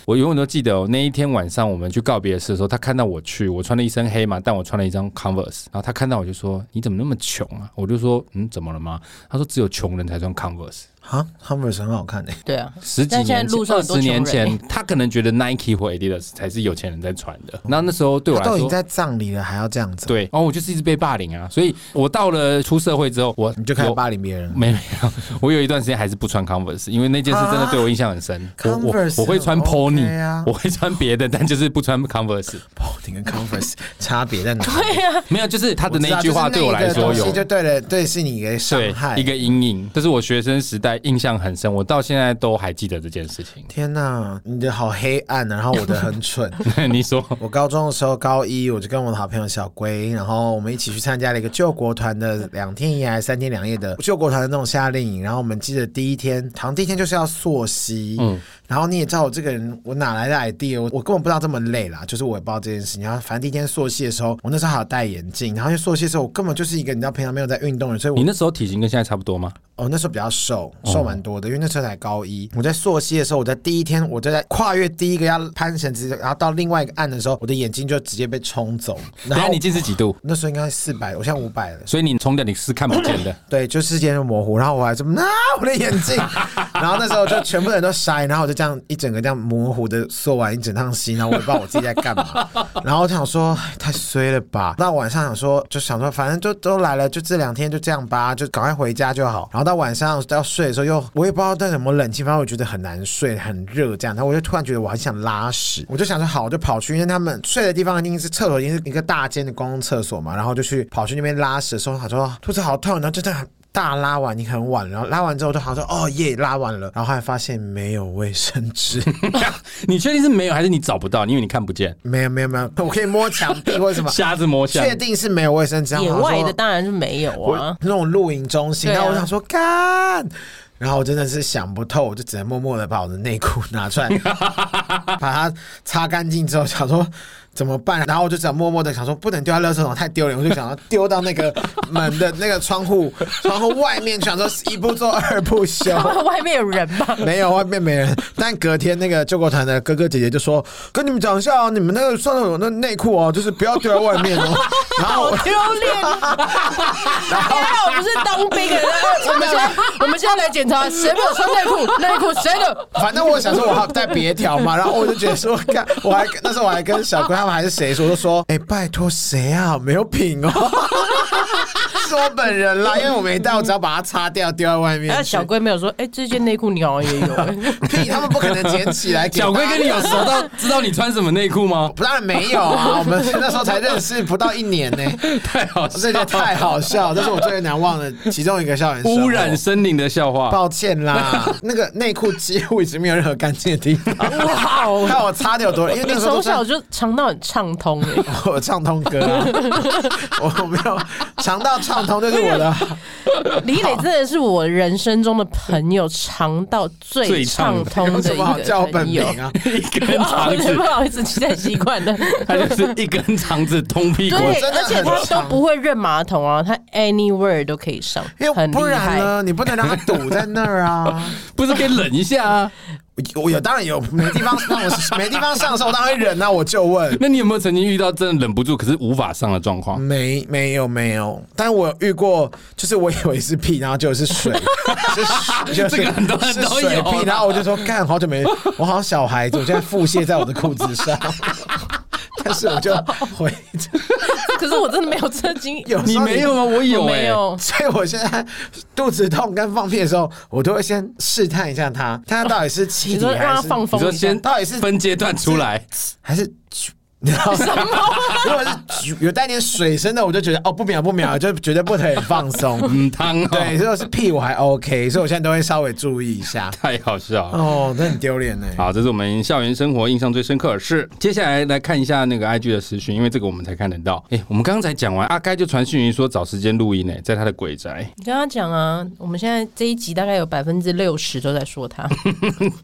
Speaker 1: 我永远都记得、哦、那一天晚上我们去告别式的时候，他看到我去，我穿了一身黑嘛，但我穿了一张 Converse，然后他看到我就说：“你怎么那么穷啊？”我就说：“嗯，怎么了吗？”他说：“只有穷人才穿 Converse。
Speaker 2: 啊，Converse 很好看诶、
Speaker 3: 对啊，
Speaker 1: 十几
Speaker 3: 但现在
Speaker 1: 年
Speaker 3: 路
Speaker 1: 前，
Speaker 3: 上
Speaker 1: 二
Speaker 3: 很多
Speaker 1: 十年
Speaker 3: 穷人
Speaker 1: 前，他可能觉得 Nike 或 Adidas 才是有钱人在穿的。那那时候对我
Speaker 2: 他
Speaker 1: 来
Speaker 2: 都已经
Speaker 1: 说，
Speaker 2: 在葬礼了，还要这样子？，
Speaker 1: 对，然后我就是一直被霸凌啊。所以我到了出社会之后，我
Speaker 2: 你就开始
Speaker 1: 有
Speaker 2: 霸凌别人。
Speaker 1: 没没有，我有一段时间还是不穿 Converse，因为那件事真的对我印象很深。我我
Speaker 2: 啊 Converse
Speaker 1: 我会穿
Speaker 2: 很
Speaker 1: Pony，、
Speaker 2: OK 啊
Speaker 1: 我会穿别的，但就是不穿 Converse。
Speaker 2: 哦，你跟 Converse 差别在
Speaker 1: *laughs*
Speaker 2: 哪？
Speaker 3: 对啊，
Speaker 1: 没有，就是他的
Speaker 2: 我知道
Speaker 1: 那一句话
Speaker 2: 就是
Speaker 1: 对我来说
Speaker 2: 那一个
Speaker 1: 有
Speaker 2: 东西就对了，对，是你给伤
Speaker 1: 对
Speaker 2: 害。
Speaker 1: 一。个阴影，这是我学生时代印象很深，我到现在都还记得这件事情
Speaker 2: 天哪，你的好黑暗啊，然后我的很蠢。
Speaker 1: *laughs* 你说
Speaker 2: *laughs* 我高中的时候，高一我就跟我的好朋友小龟，然后我们一起去参加了一个救国团的两天一夜还是三天两夜的救国团的那种夏令营。然后我们记得第一天，好像第一天就是要溯溪，嗯，然后你也知道我这个人，我哪来的 idea？我我根本不知道这么累啦，就是我也不知道这件事情。然后反正第一天溯溪的时候，我那时候还有戴眼镜，然后去溯溪的时候，我根本就是一个你知道平常没有在运动的人，所以我
Speaker 1: 你那时候体型跟现在差不多吗？
Speaker 2: 哦，那时候比较瘦，瘦蛮多的，因为那时候才高一。我在溯溪的时候，我在第一天，我就在跨越第一个要攀绳子，然后到另外一个岸的时候，我的眼睛就直接被冲
Speaker 1: *laughs*
Speaker 2: 走。
Speaker 1: 等
Speaker 2: 然
Speaker 1: 一下
Speaker 2: 后
Speaker 1: 你近视几度？
Speaker 2: 那时候应该四百，我现在五百了。
Speaker 1: 所以你冲掉你是看不见的。
Speaker 2: 对，就视线就模糊，然后我 *laughs* 还这么啊，我的眼镜，然后那时候就全部人都筛，然后我就这样一整个这样模糊的缩完一整趟心，然后我也不知道我自己在干嘛， *laughs* 然后我想说哎太衰了吧，到晚上想说就想说反正就都来了，就这两天就这样吧，就赶快回家就好。然后到晚上要睡的时候又我也不知道在什么冷气，反正我觉得很难睡，很热这样，然后我就突然觉得我很想拉屎，我就想说好，我就跑去，因为他们睡的地方一定是厕所，一定是一个大间的公共厕所嘛，然后就去跑去那边拉屎的时候，想说肚子好痛，然后真的很。大拉完，你很晚了，然后拉完之后就好像说哦耶拉完了，然后后来发现没有卫生纸，
Speaker 1: *laughs*
Speaker 2: *laughs*
Speaker 1: 你确定是没有，还是你找不到？因为你看不见，
Speaker 2: 没有没有没有，我可以摸墙壁或者什么，
Speaker 1: 瞎子摸象
Speaker 2: 确。定是没有卫生纸。然后
Speaker 3: 野
Speaker 2: 我想
Speaker 3: 外
Speaker 2: 说
Speaker 3: 的当然是没有啊
Speaker 2: 我。那种露营中心，
Speaker 3: 对啊
Speaker 2: 然后我想说干。然后我真的是想不透，我就只能默默的把我的内裤拿出来，把它擦干净之后，想说怎么办？然后我就只好默默的想说，不能丢在垃圾桶，太丢脸。我就想要丢到那个门的那个窗户窗户外面，想说一不做二不休。
Speaker 3: 外面有人吧？
Speaker 2: *laughs* 没有，外面没人。但隔天那个救国团的哥哥姐姐就说：“跟你们讲一下哦，你们那个上头有那内裤哦，就是不要丢在外面
Speaker 3: *laughs*
Speaker 2: 哦。”然后
Speaker 3: 好丢脸！啊 *laughs* 还好我不是当兵的，我们现在我们现在来检查谁没有穿内裤，内裤谁 *laughs* 的？
Speaker 2: *laughs* 反正我想说，我还在别条嘛，然后我就觉得说，看我还那时候我还跟小龟他们还是谁说，我就说，哎、拜托谁啊，没有品哦，
Speaker 3: *laughs*
Speaker 2: 是我本人啦，因为我没带，我只要把它擦掉丢在外面
Speaker 3: 然后
Speaker 2: 去。
Speaker 3: 小龟没有说，哎，这件内裤你好像也 *laughs* 有，哎
Speaker 2: 屁，他们不可能捡起来给
Speaker 1: 小龟
Speaker 2: 大家
Speaker 1: 跟你有熟到知道你穿什么内裤 *laughs* 吗？
Speaker 2: 当然没有
Speaker 3: *laughs*
Speaker 2: 啊，我们那时候才认识不到一年呢、
Speaker 1: 太好
Speaker 2: 这
Speaker 1: 笑
Speaker 2: 个
Speaker 1: 了，
Speaker 2: 太好笑，这是我最难忘的其中一个校园生活
Speaker 1: 污染森林的笑话。
Speaker 2: 抱歉
Speaker 3: *laughs*
Speaker 2: 啦，那个内裤几乎已经没有任何干净的地方。
Speaker 3: 哇哦！
Speaker 2: 看我擦的有多，因为那
Speaker 3: 你
Speaker 2: 时候
Speaker 3: 从
Speaker 2: 都是
Speaker 3: 小就肠道很畅通哎， *laughs*
Speaker 2: 我畅通哥啊，我没有肠道畅通，就是我的
Speaker 3: 哎李磊真的是我人生中的朋友，肠道最畅通
Speaker 2: 有
Speaker 3: 的
Speaker 2: 什
Speaker 3: 一
Speaker 2: 么好叫
Speaker 3: 个
Speaker 2: 我本
Speaker 3: 朋
Speaker 2: 名
Speaker 3: 友。
Speaker 2: 啊？
Speaker 1: 一根肠
Speaker 3: 对
Speaker 1: 子 *laughs*
Speaker 3: 不，好意思，其 *laughs* 实太习惯了。
Speaker 1: 它就是一根肠子通屁股。
Speaker 3: 对，
Speaker 2: 真的
Speaker 3: 而且他
Speaker 2: 很
Speaker 3: 都
Speaker 2: 长
Speaker 3: 不会认马桶啊，他 anywhere 都可以上
Speaker 2: 因，为
Speaker 3: 很厉
Speaker 2: 哎不然
Speaker 3: 害。
Speaker 2: 呢，你不能让它堵在那儿啊！
Speaker 1: 不是可以忍一下啊？
Speaker 2: 我我有当然有没地方让我没地方上的时候，我当然会忍啊！我就问，
Speaker 1: 那你有没有曾经遇到真的忍不住，可是无法上的状况？
Speaker 2: 没没有没有，但我有遇过，就是我以为是屁，然后结果是
Speaker 1: *laughs*
Speaker 2: 水，是水
Speaker 1: 这个很多人
Speaker 2: 是
Speaker 1: 都
Speaker 2: 水
Speaker 1: 有
Speaker 2: 屁，然后我就说干，好久没，我好像小孩子，我现在腹泻在我的裤子上， *laughs* 但是我就回， *laughs*
Speaker 3: 可是我真的没有这经
Speaker 2: 有
Speaker 1: 你
Speaker 2: 时候
Speaker 1: 没有吗？我有
Speaker 3: 我
Speaker 1: 哎、
Speaker 3: 没有。
Speaker 2: 所以我现在肚子痛跟放屁的时候，我都会先试探一下它，看它到底是气
Speaker 3: 你
Speaker 2: 体
Speaker 3: 说让
Speaker 2: 还
Speaker 3: 他
Speaker 2: 是
Speaker 3: 放
Speaker 1: 你
Speaker 3: 风
Speaker 1: 说
Speaker 3: 一下
Speaker 1: 先
Speaker 2: 到底是
Speaker 1: 分阶段出来，
Speaker 2: 还是。你知道吗？
Speaker 3: 啊
Speaker 2: 如果是有带点水声的，我就觉得哦，不秒不秒，就绝对不可以放松。 *laughs*
Speaker 1: 嗯，汤哦、
Speaker 2: 对，如果是屁我还 OK，所以我现在都会稍微注意一下。
Speaker 1: 太好笑了。
Speaker 3: 嗯
Speaker 2: 哦，那很丢脸呢。
Speaker 1: 好，这是我们校园生活印象最深刻的事。接下来来看一下那个 IG 的私讯，因为这个我们才看得到。哎、我们刚才讲完，阿该就传讯息说找时间录音呢、欸在他的鬼宅， *laughs*
Speaker 3: 你跟他讲啊，我们现在这一集大概有百分之六十都在
Speaker 1: *laughs*
Speaker 3: 说他，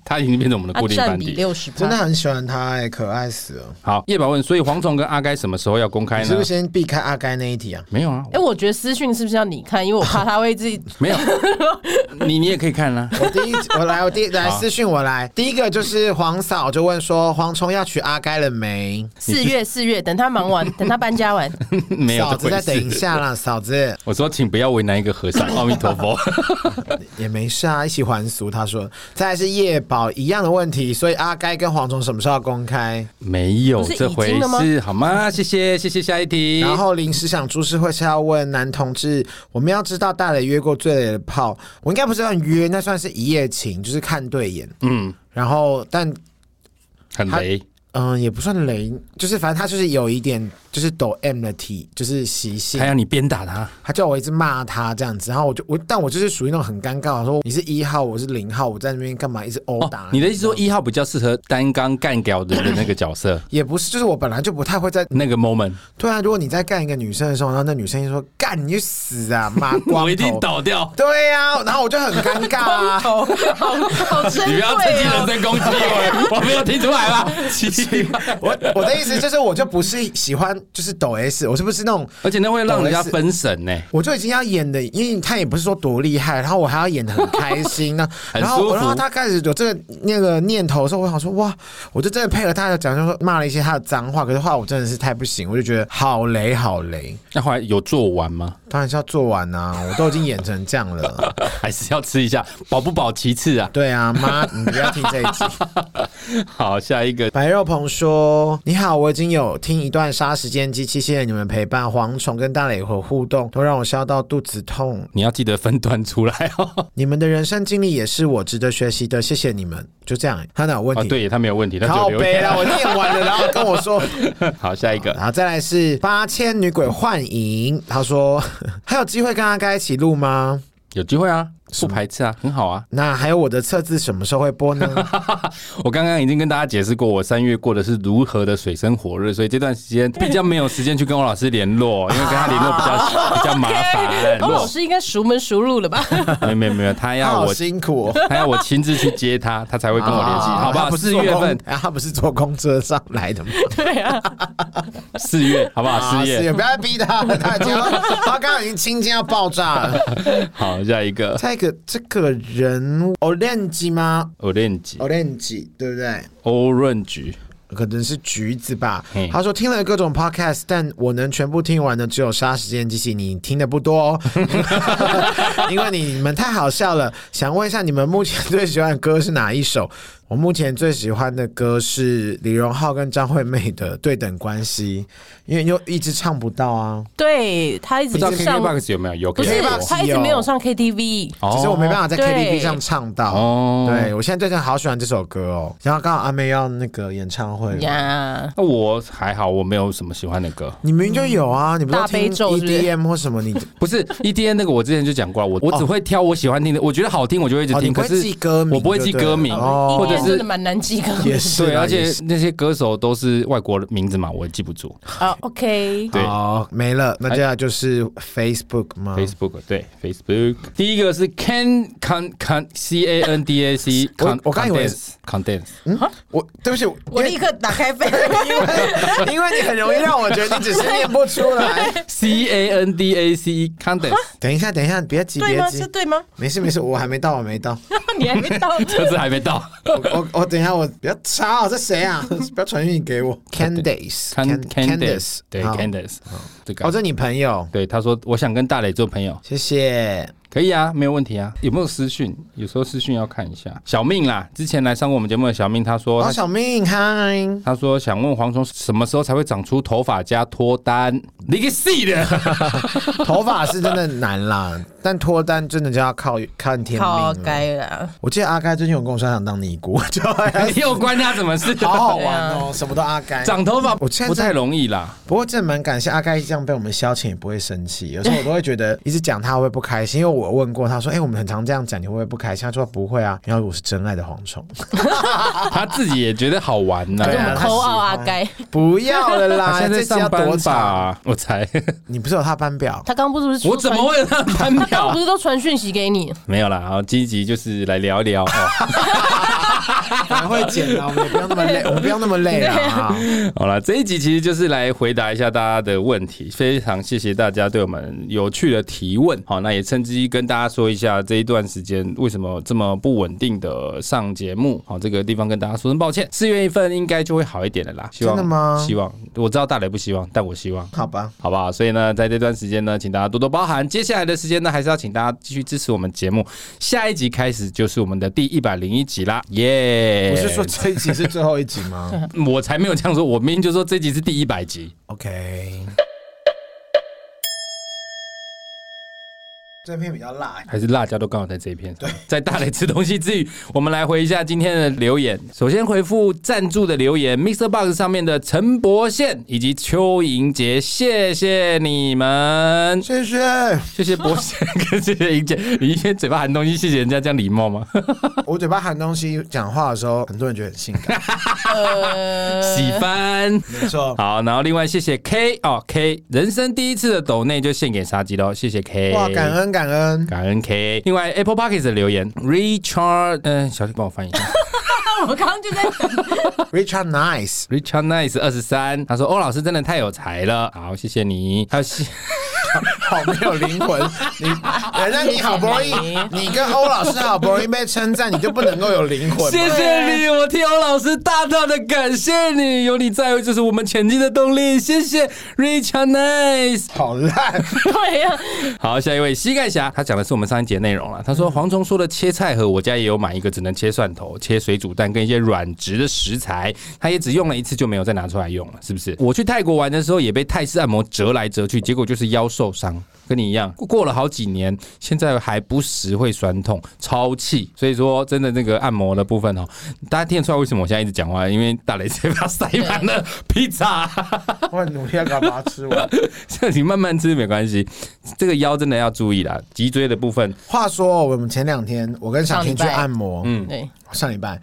Speaker 1: 他已经变成我们的
Speaker 3: 他
Speaker 1: 固定班
Speaker 3: 占比
Speaker 1: 底。
Speaker 3: 六十，
Speaker 2: 真的很喜欢他哎、可爱死了。
Speaker 1: 好，叶宝问，所以蝗虫跟阿该什么时候要公开
Speaker 2: 你是
Speaker 1: 呢
Speaker 2: 不是？先避开阿该那一 *laughs* 题啊？
Speaker 1: 没有啊，
Speaker 3: 哎、我觉得私讯是不是要你看？因为我怕
Speaker 1: *laughs*
Speaker 3: 他会自己。
Speaker 1: 没
Speaker 3: *laughs*
Speaker 1: 有，你你也可以看啊啦、
Speaker 2: 我第一，我来，我第一来
Speaker 1: 好
Speaker 2: 私讯我来。第一个就是黄嫂就问说，蝗虫要娶阿该了没？
Speaker 3: 四月，四月，等他
Speaker 1: *laughs*
Speaker 3: 忙完，等他搬家完，
Speaker 1: *laughs* 没有
Speaker 2: 嫂
Speaker 1: 这
Speaker 2: 子
Speaker 1: 回
Speaker 2: 再
Speaker 1: 事。
Speaker 2: 等一下啦，嫂子
Speaker 1: 我说，请不要为难一个和尚，阿弥陀佛。
Speaker 2: 也没事啊，一起还俗。他说，再来是叶宝一样的问题，所以阿该跟蝗虫什么时候要公开？
Speaker 1: 没有
Speaker 3: 不是已
Speaker 1: 这回
Speaker 3: 经了吗
Speaker 1: 事，好吗？谢谢，谢谢，下一题。
Speaker 2: 然后临时想株式会是要问男同志，我们要知道大磊约过最累的炮，我应该不是算约，那算是一夜情，就是看对眼。
Speaker 1: 嗯，
Speaker 2: 然后，但
Speaker 1: 很雷，
Speaker 2: 嗯、也不算雷，就是反正他就是有一点就是抖 M 的体，就是习性
Speaker 1: 还。要你鞭打他，
Speaker 2: 他叫我一直骂他这样子，然后我就我，但我就是属于那种很尴尬，我说你是一号，我是零号，我在那边干嘛一直殴打、
Speaker 1: 哦。你的意思说一号比较适合担纲干掉人的那个角色，
Speaker 2: 也不是，就是我本来就不太会在
Speaker 1: 那个 moment，
Speaker 2: 对啊，如果你在干一个女生的时候，然后那女生就说干你去死啊，
Speaker 1: *laughs*
Speaker 2: 妈光
Speaker 1: 我一定
Speaker 2: 头。
Speaker 1: 倒掉。
Speaker 2: 对呀、然后我就很尴尬
Speaker 1: *laughs*
Speaker 2: 啊。
Speaker 3: 好好珍
Speaker 1: 你不
Speaker 3: 贵
Speaker 1: 要趁机人
Speaker 3: 哦。
Speaker 1: 身攻击我，我没有听出来吧？ *laughs* 奇怪
Speaker 2: 我我的意思就是，我就不是喜欢就是抖 S，我是不是那种？
Speaker 1: 而且那会让人家分神呢。
Speaker 2: 我就已经要演的，因为他也不是说多厉害，然后我还要演的很开心呢、
Speaker 1: *laughs* 很
Speaker 2: 然
Speaker 1: 舒服
Speaker 2: 后，然后他开始有这个那个念头的时候，我想说哇，我就真的配合他的讲，就说骂了一些他的脏话，可是话我真的是太不行，我就觉得好雷好雷。
Speaker 1: 那后来有做完吗？
Speaker 2: 当然是要做完啊，我都已经演成这样了。
Speaker 1: 还是要吃一下，饱不饱其次啊。
Speaker 2: 对啊，妈，你不要听这一集。
Speaker 1: 好，下一个
Speaker 2: 白肉鹏说：“你好，我已经有听一段杀时间机器，谢谢你们陪伴。蝗虫跟大磊和互动都让我笑到肚子痛。
Speaker 1: 你要记得分段出来哦。 *laughs*
Speaker 2: 你们的人生经历也是我值得学习的，谢谢你们。”就这样，他哪有问
Speaker 1: 哦，
Speaker 2: 题？
Speaker 1: 对，他没有问题，他只有
Speaker 2: 靠
Speaker 1: 留
Speaker 2: 背
Speaker 1: 言。
Speaker 2: 啦，我念完了，然后跟我说，
Speaker 1: *laughs* 好，下一个
Speaker 2: 然后再来是八千 *laughs* 女鬼幻影，他说还有机会跟阿该一起录吗？
Speaker 1: 有机会啊，不排斥啊，很好啊。
Speaker 2: 那还有我的测字什么时候会播呢？
Speaker 1: *laughs* 我刚刚已经跟大家解释过，我三月过的是如何的水深火热，所以这段时间比较没有时间去跟欧老师联络，因为跟他联络比
Speaker 3: *laughs*
Speaker 1: 较比较麻烦。
Speaker 3: 欧哦老师应该熟门熟路了吧？
Speaker 1: 没有没有没有，他要
Speaker 2: 好
Speaker 1: 我
Speaker 2: 辛苦哦。
Speaker 1: 他要我亲自去接他，他才会跟我联系，
Speaker 2: 啊
Speaker 1: 好不
Speaker 2: *laughs* 他
Speaker 1: 好？
Speaker 2: 不是
Speaker 1: 四
Speaker 2: 坐
Speaker 1: 月
Speaker 2: 公
Speaker 1: 份，
Speaker 2: 啊他不是坐公车上来的吗？
Speaker 3: 对啊，
Speaker 1: 四月好不好？
Speaker 2: 啊
Speaker 1: 四
Speaker 2: 是
Speaker 1: 月
Speaker 2: 也不要再逼他了， *laughs* 他已经他刚刚已经亲近要爆炸了。 *laughs*
Speaker 1: *laughs* 好，下一个
Speaker 2: 下一个这个人 orange 吗
Speaker 1: orange
Speaker 2: ？orange 对不对？
Speaker 1: orange
Speaker 2: 可能是橘子吧
Speaker 1: 嘿。
Speaker 2: 他说听了各种 podcast，但我能全部听完的只有《杀时间机器》，你听的不多哦， *laughs* 因为你们太好笑了。想问一下，你们目前最喜欢的歌是哪一首？我目前最喜欢的歌是李荣浩跟张惠妹的《对等关系》，因为又一直唱不到啊，
Speaker 3: 对他一
Speaker 1: 不
Speaker 3: 直
Speaker 1: 知道
Speaker 3: 上，
Speaker 1: KKBOX 有没有？有
Speaker 3: 啊不是
Speaker 1: KKBOX
Speaker 3: 他一直没有上 KTV。
Speaker 1: 哦
Speaker 2: 只是我没办法在
Speaker 3: 对
Speaker 2: KTV 上唱到。
Speaker 1: 哦
Speaker 2: 对，我现在最近好喜欢这首歌哦。然后刚好阿妹要那个演唱会了
Speaker 3: 呀，
Speaker 1: 那我还好，我没有什么喜欢的歌。
Speaker 2: 你明明就有啊，你不
Speaker 3: 大
Speaker 2: 是
Speaker 3: 悲
Speaker 2: 听
Speaker 3: 咒是不是
Speaker 2: EDM 或什么你？
Speaker 1: 不是 EDM 那个，我之前就讲过了，我我只会挑我喜欢听的，我觉得好听我就会一直
Speaker 2: 哦
Speaker 1: 听，
Speaker 2: 你不
Speaker 1: 可
Speaker 2: 会
Speaker 1: 是
Speaker 2: 记歌名
Speaker 1: 我不会记
Speaker 2: 就对
Speaker 1: 歌名，
Speaker 2: 哦
Speaker 1: 或者
Speaker 3: 真的
Speaker 1: 是。
Speaker 3: 蛮难记的。 *laughs*
Speaker 2: 也是
Speaker 1: 对，
Speaker 2: 啦，啊
Speaker 1: 而且
Speaker 2: 也是
Speaker 1: 那些歌手都是外国名字嘛，我也记不
Speaker 2: *laughs*
Speaker 1: 住。
Speaker 3: 啊，OK，
Speaker 1: 对
Speaker 2: 哦，没了。那接下来就是 Facebook 吗
Speaker 1: Facebook 对 Facebook，第一个是 Can Can Can C A N D A C，
Speaker 2: *laughs* 我我刚以为嗯
Speaker 1: condense condense，
Speaker 2: 我对不起，
Speaker 3: 我立刻打 *laughs* 开 Facebook，
Speaker 2: 因为因为你很容易让我觉得你只是念不出来。
Speaker 1: C A N D A
Speaker 2: *laughs*
Speaker 1: C E condense，
Speaker 2: 等一下，等一下，别急，
Speaker 3: 对
Speaker 2: 别
Speaker 3: 吗？
Speaker 2: 急
Speaker 3: 是，对吗？ *laughs*
Speaker 2: 没事没事，我还没到，我没到。
Speaker 3: 你还没到。
Speaker 1: *laughs* 这次还没到。
Speaker 2: 我我我等一下，我不要吵，这谁啊？不要传讯给我。Candace，
Speaker 1: Can
Speaker 2: Can-
Speaker 1: Candice 对
Speaker 2: 好
Speaker 1: Candice，这个
Speaker 2: 哦，这你朋友，
Speaker 1: 对他说我想跟大磊做朋友，
Speaker 2: 谢谢。
Speaker 1: 可以啊，没有问题啊。有没有私讯？有时候私讯要看一下。小命啦，之前来上过我们节目的小命，他说
Speaker 2: 哦，
Speaker 1: 他
Speaker 2: 小命，嗨。
Speaker 1: 他说想问蝗虫什么时候才会长出头发加脱单？你个屁 *laughs* 的！
Speaker 2: 头发是真的难啦， *laughs* 但脱单真的就要靠看
Speaker 1: 啊
Speaker 2: 天命
Speaker 3: 好
Speaker 2: 了。
Speaker 3: 该了，
Speaker 2: 我记得阿该最近有跟我说他想当尼姑，就
Speaker 1: 又关他什么事？
Speaker 2: *laughs* 好好玩哦，什么都阿该。
Speaker 1: 长头发
Speaker 2: 我现在
Speaker 1: 不太容易啦。
Speaker 2: 不过真的蛮感谢阿该这样被我们消遣，也不会生气。有时候我都会觉得一直讲他会不开心，因为我问过他说：“哎、我们很常这样讲，你会不会不开心？”他说：“不会啊，因为我是真爱的蝗虫。
Speaker 1: 他自己也觉得好玩
Speaker 2: *laughs*
Speaker 1: 呢、
Speaker 2: 对啊
Speaker 3: 口傲阿该，”
Speaker 2: *laughs* 不要了啦， *laughs*
Speaker 1: 他现在在
Speaker 2: 这集
Speaker 1: 上
Speaker 2: 要多
Speaker 1: 班
Speaker 2: 长？
Speaker 1: 吧？我猜， *laughs*
Speaker 2: 你不是有他班 *laughs* 表？
Speaker 3: 他刚不是不是
Speaker 1: 我怎么会让他班
Speaker 3: 他刚
Speaker 1: 表
Speaker 2: *laughs*
Speaker 3: 不？是都传讯息给 *laughs* 你？
Speaker 1: 没有啦，好，积极就是来聊一聊哦。
Speaker 2: 还会剪啊，我们也不要那么累，我们不要那么累 *laughs* 啦。
Speaker 1: 好了，这一集其实就是来回答一下大家的问题，非常谢谢大家对我们有趣的提问。好，那也趁机跟大家说一下这一段时间为什么这么不稳定的上节目。好，这个地方跟大家说声抱歉，四月份应该就会好一点的啦。希望
Speaker 2: 真的吗
Speaker 1: 希望我知道大雷不希望，但我希望。
Speaker 2: 好吧，
Speaker 1: 好不好？所以呢，在这段时间呢，请大家多多包涵。接下来的时间呢，还是要请大家继续支持我们节目。下一集开始就是我们的第一百零一集啦，耶、
Speaker 2: 不是说这一集是最后一集吗 *laughs*
Speaker 1: 我才没有这样说，我明明就说这集是第一百集。
Speaker 2: ？OK。这片比较辣，
Speaker 1: 还是辣椒都刚好在这一片上。在大磊吃东西之余，我们来回一下今天的留言。首先回复赞助的留言，Mr. Box 上面的陈伯宪以及邱莹杰，谢谢你们，
Speaker 2: 谢谢。
Speaker 1: 谢谢伯宪跟谢谢莹杰。你一天嘴巴含东西，谢谢人家这样礼貌吗？
Speaker 2: 我嘴巴含东西讲话的时候，很多人觉得很性感。
Speaker 3: 呃
Speaker 2: 呃
Speaker 1: 喜欢。
Speaker 2: *laughs* 没错，
Speaker 1: 好，然后另外谢谢 K 哦 K，人生第一次的抖内就献给杀鸡喽，谢谢 K，
Speaker 2: 哇，感恩感恩。
Speaker 1: 感恩 K。另外 Apple Podcast 的留言，Richard，嗯、小姐帮我翻译一下
Speaker 3: 我们刚刚就在
Speaker 2: Richard Nice，
Speaker 1: ，Richard Nice 二十三，他说欧老师真的太有才了，好，谢谢你。还有谢
Speaker 2: 好没有灵魂。你人家你好不容易，你跟欧老师好不容易被称赞，你就不能够有灵魂吗？
Speaker 1: 谢谢你，我替欧老师大大的感谢你，有你在就是我们前进的动力，谢谢 Richard Nice。
Speaker 2: 好烂，
Speaker 3: *laughs* 对呀，
Speaker 1: 好，下一位膝盖侠，他讲的是我们上一节内容了。他说蝗虫说的切菜盒，我家也有买一个，只能切蒜头、切水煮蛋跟一些软质的食材，他也只用了一次就没有再拿出来用了，是不是？我去泰国玩的时候也被泰式按摩折来折去，结果就是腰受伤，跟你一样，过了好几年，现在还不时会酸痛、超气。所以说，真的那个按摩的部分哦，大家听得出来为什么我现在一直讲话？因为大雷直接把塞满了披萨， *laughs*
Speaker 2: 我很努力要把它吃完。
Speaker 1: 这你慢慢吃没关系。这个腰真的要注意啦，脊椎的部分
Speaker 2: 话说，我们前两天我跟小
Speaker 3: 上礼
Speaker 2: 婷去
Speaker 3: 拜
Speaker 2: 按摩，
Speaker 1: 嗯
Speaker 3: 对，
Speaker 2: 上礼拜，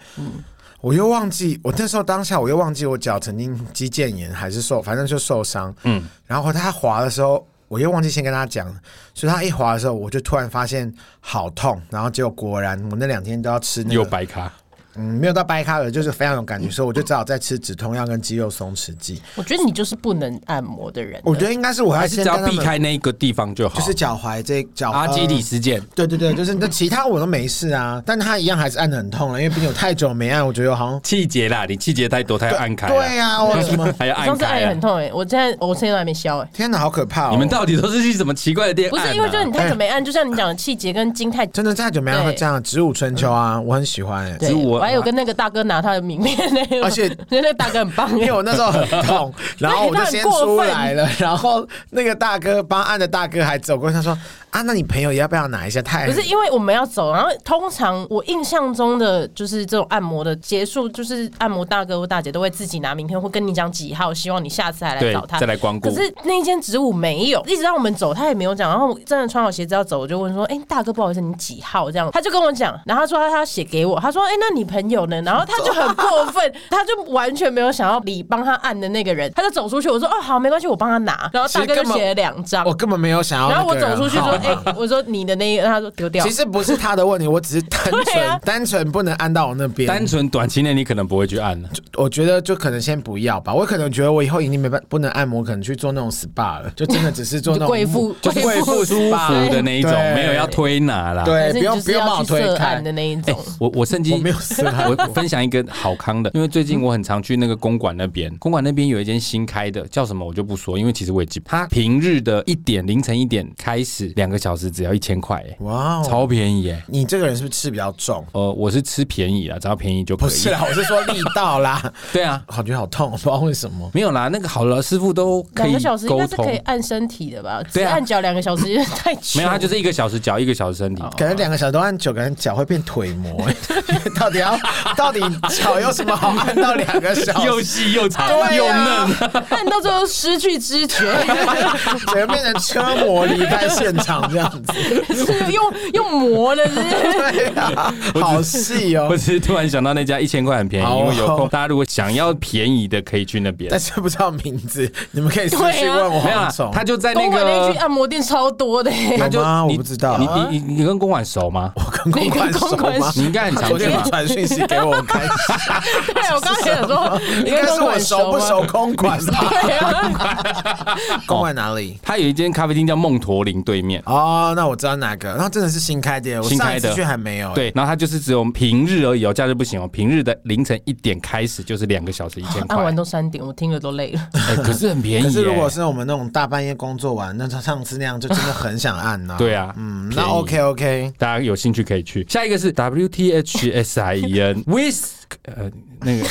Speaker 2: 我又忘记，我那时候当下我又忘记我脚曾经肌腱炎还是受，反正就受伤。嗯，然后他滑的时候，我又忘记先跟他讲，所以他一滑的时候，我就突然发现好痛，然后结果果然我那两天都要吃那
Speaker 1: 有
Speaker 2: 个，
Speaker 1: 白卡。
Speaker 2: 嗯，没有到掰开了，就是非常有
Speaker 1: 嗯
Speaker 2: 感觉，所以我就只好再吃止痛药跟肌肉松弛剂。
Speaker 3: 我觉得你就是不能按摩的人。啊
Speaker 2: 我觉得应该是
Speaker 1: 嗯
Speaker 2: 我
Speaker 1: 还
Speaker 2: 要
Speaker 1: 是
Speaker 2: 先
Speaker 1: 只要
Speaker 2: 跟他
Speaker 1: 避
Speaker 2: 们，
Speaker 1: 开那一个地方就好。啊
Speaker 2: 就是呃脚踝这脚
Speaker 1: 阿基里
Speaker 2: 底。
Speaker 1: 斯腱，
Speaker 2: 对对对，就是那其他我都没事啊，但他一样还是按的很痛了，因为毕竟我太久没按，我觉得我好像
Speaker 1: 气节啦，你气节太多，他要按开啦。
Speaker 2: 对呀、
Speaker 1: *laughs*
Speaker 2: 啊，我什么
Speaker 1: 还要
Speaker 3: 我
Speaker 1: 按
Speaker 3: 上次按
Speaker 1: 开
Speaker 3: 也
Speaker 1: 啊
Speaker 3: 很。痛哎、我现在我现在都还没消哎、
Speaker 2: 天哪，好可怕、哦！
Speaker 1: 你们到底都是去什么奇怪的店
Speaker 3: 不
Speaker 1: 按啊？
Speaker 3: 是因为就是你
Speaker 2: 哎
Speaker 3: 太久没按，就像你讲的气节跟筋太。
Speaker 2: 真的太久没看到这样，植物春秋啊，我很喜欢哎、
Speaker 3: 嗯对，
Speaker 1: 植物
Speaker 3: 我啊还有跟那个大哥拿他的名片呢、
Speaker 2: 而且
Speaker 3: 我 *laughs* 觉得那大哥很棒
Speaker 2: 因
Speaker 3: 哎、
Speaker 2: 为我那时候很
Speaker 3: *laughs*
Speaker 2: 痛，然后我就先出来了，然后那个大哥帮按的大哥还走过去，他说：“啊，那你朋友也要不要拿一下？”
Speaker 1: 哎
Speaker 2: 太
Speaker 3: 不是因为我们要走，然后通常我印象中的就是这种按摩的结束，就是按摩大哥或大姐都会自己拿名片，会跟你讲几号，希望你下次还来
Speaker 1: 对
Speaker 3: 找他，
Speaker 1: 再来光顾
Speaker 3: 可是那一间植物没有，一直让我们走，他也没有讲。然后我真的穿好鞋子要走，我就问说：“哎、大哥，不好意思，你几号？”这样，他就跟我讲，然后他说他要写给我，他说：“哎、那你朋友呢？”然后他就很过
Speaker 1: *laughs*
Speaker 3: 分，他就完全没有想要理帮他按的那个人，他就走出去。我说：“哦，好，没关系，我帮他拿。”然后大哥就写了两张
Speaker 2: 我。根本没有想要。
Speaker 3: 然后我走出去
Speaker 1: 哦
Speaker 3: 说：“哎、
Speaker 2: 哎。
Speaker 3: 我说你的那一个，他说丢掉。”
Speaker 2: 其实不是他的问题，我只是单
Speaker 3: *laughs* 对啊
Speaker 2: 纯单纯不能按到我那边
Speaker 1: 单。纯短期内你可能不会去按了，
Speaker 2: 我觉得就可能先不要吧。我可能觉得我以后一定没办不能按摩，可能去做那种 SPA 了，就真的只是做那种
Speaker 3: 贵妇
Speaker 2: 就是
Speaker 3: 贵
Speaker 2: 贵
Speaker 3: 妇
Speaker 2: 妇
Speaker 1: 舒服
Speaker 2: SPA
Speaker 1: 的那一种，
Speaker 2: 对
Speaker 1: 没有要推拿啦。
Speaker 2: 啊对
Speaker 3: 还，是
Speaker 2: 哎不
Speaker 3: 你就
Speaker 2: 用不
Speaker 3: 是
Speaker 2: 用
Speaker 3: 要
Speaker 2: 帮
Speaker 3: 去
Speaker 2: 推
Speaker 3: 涉
Speaker 2: 开
Speaker 3: 案的。那一
Speaker 1: 哎
Speaker 3: 种。
Speaker 1: 我我甚至
Speaker 2: 我没有啊色
Speaker 1: 我分享一个好康
Speaker 2: *laughs*
Speaker 1: 的，因为最近我很常去那个公馆那边，公馆那边有一间新开的，叫什么我就不说，因为其实我也记不。它平日的一点凌晨一点开始，两个小时只要一千块，哎，
Speaker 2: 哇哦！
Speaker 1: 超便宜哎。
Speaker 2: 你这个人是不是吃比较重？
Speaker 1: 呃，我是吃便宜啊，只要便宜就可
Speaker 2: 不
Speaker 1: 以。
Speaker 2: 是啦，我是说力道啦，
Speaker 1: 对啊，
Speaker 2: *laughs* 感觉好痛，我不知道为什么。
Speaker 1: 没有啦，那个好了，师傅都可
Speaker 3: 两
Speaker 1: 以
Speaker 3: 个小时应
Speaker 1: 沟
Speaker 3: 该是可以
Speaker 1: 通。
Speaker 3: 哦按身体的吧？只
Speaker 1: 对啊
Speaker 3: 按脚两个小时有点太久。
Speaker 1: 没有，他
Speaker 3: *laughs*
Speaker 1: 就是一个小时脚，一个小时身体。
Speaker 3: 哦
Speaker 1: *laughs*
Speaker 2: *laughs* 感觉两个小时都按久，感觉脚会变腿膜、欸。 *laughs* 到底要到底脚有什么好按到两个小
Speaker 1: 又
Speaker 2: 时？
Speaker 1: 细又长
Speaker 2: 对啊
Speaker 1: 又嫩，
Speaker 3: 按到最后失去
Speaker 2: *laughs*
Speaker 3: 知觉，
Speaker 2: 整个变成车模离开现场这样子。 *laughs*
Speaker 3: 是用用磨的，是
Speaker 2: 对啊，好细哦、
Speaker 1: *laughs* 我只是突然想到那家一千块很便宜，
Speaker 2: 好哦
Speaker 1: 因为有空大家如果想要便宜的，可以去那边
Speaker 2: 但。是不知道名字，你们可以私
Speaker 3: 对
Speaker 2: 信
Speaker 3: 啊
Speaker 2: 问我
Speaker 1: 没有啦
Speaker 2: 黄总。，
Speaker 1: 他就在那
Speaker 3: 东莞那
Speaker 1: 个
Speaker 3: 一区，按摩店超多的、欸。
Speaker 1: 他就
Speaker 2: 有吗
Speaker 1: 你
Speaker 2: 我不知道
Speaker 1: 你你你你跟公馆熟吗？
Speaker 2: 我跟公关熟
Speaker 3: 你跟
Speaker 2: 吗
Speaker 3: 公关？
Speaker 1: 你应该很
Speaker 2: 他昨
Speaker 1: 常去
Speaker 2: 天
Speaker 3: *laughs*
Speaker 1: 吧？
Speaker 2: 有传讯息给我，我看一下
Speaker 3: *laughs* 对，我刚才
Speaker 2: *laughs*
Speaker 3: 想说，你
Speaker 2: 应该
Speaker 3: 跟
Speaker 2: 是我
Speaker 3: 东莞
Speaker 2: 熟不
Speaker 3: 吗？
Speaker 2: 熟公馆吧？
Speaker 3: 对啊，
Speaker 2: 公馆哪里？
Speaker 1: 他有一间咖啡厅叫梦驼铃对面。
Speaker 2: 哦，那我知道哪个，那真的是新开的，我
Speaker 1: 新
Speaker 2: 上
Speaker 1: 开
Speaker 2: 一
Speaker 1: 的
Speaker 2: 次去还没有、欸。
Speaker 1: *laughs* 对，然后他就是只有平日而已哦，假日不行哦。平日的凌晨一点开始就是两个小时一千块
Speaker 3: 按，啊完都三点，我听了都
Speaker 2: *laughs*
Speaker 3: 累了。
Speaker 1: 哎可是很便宜耶。
Speaker 2: 可是如果是我们那种大半夜工作完，那他上次那样就真的很想按呐、
Speaker 1: 对啊，
Speaker 2: 嗯，
Speaker 1: 便
Speaker 2: 那
Speaker 1: 宜
Speaker 2: OK OK，
Speaker 1: 大家有兴趣可以去。下一个是 W T H S I E N whisk，呃，那个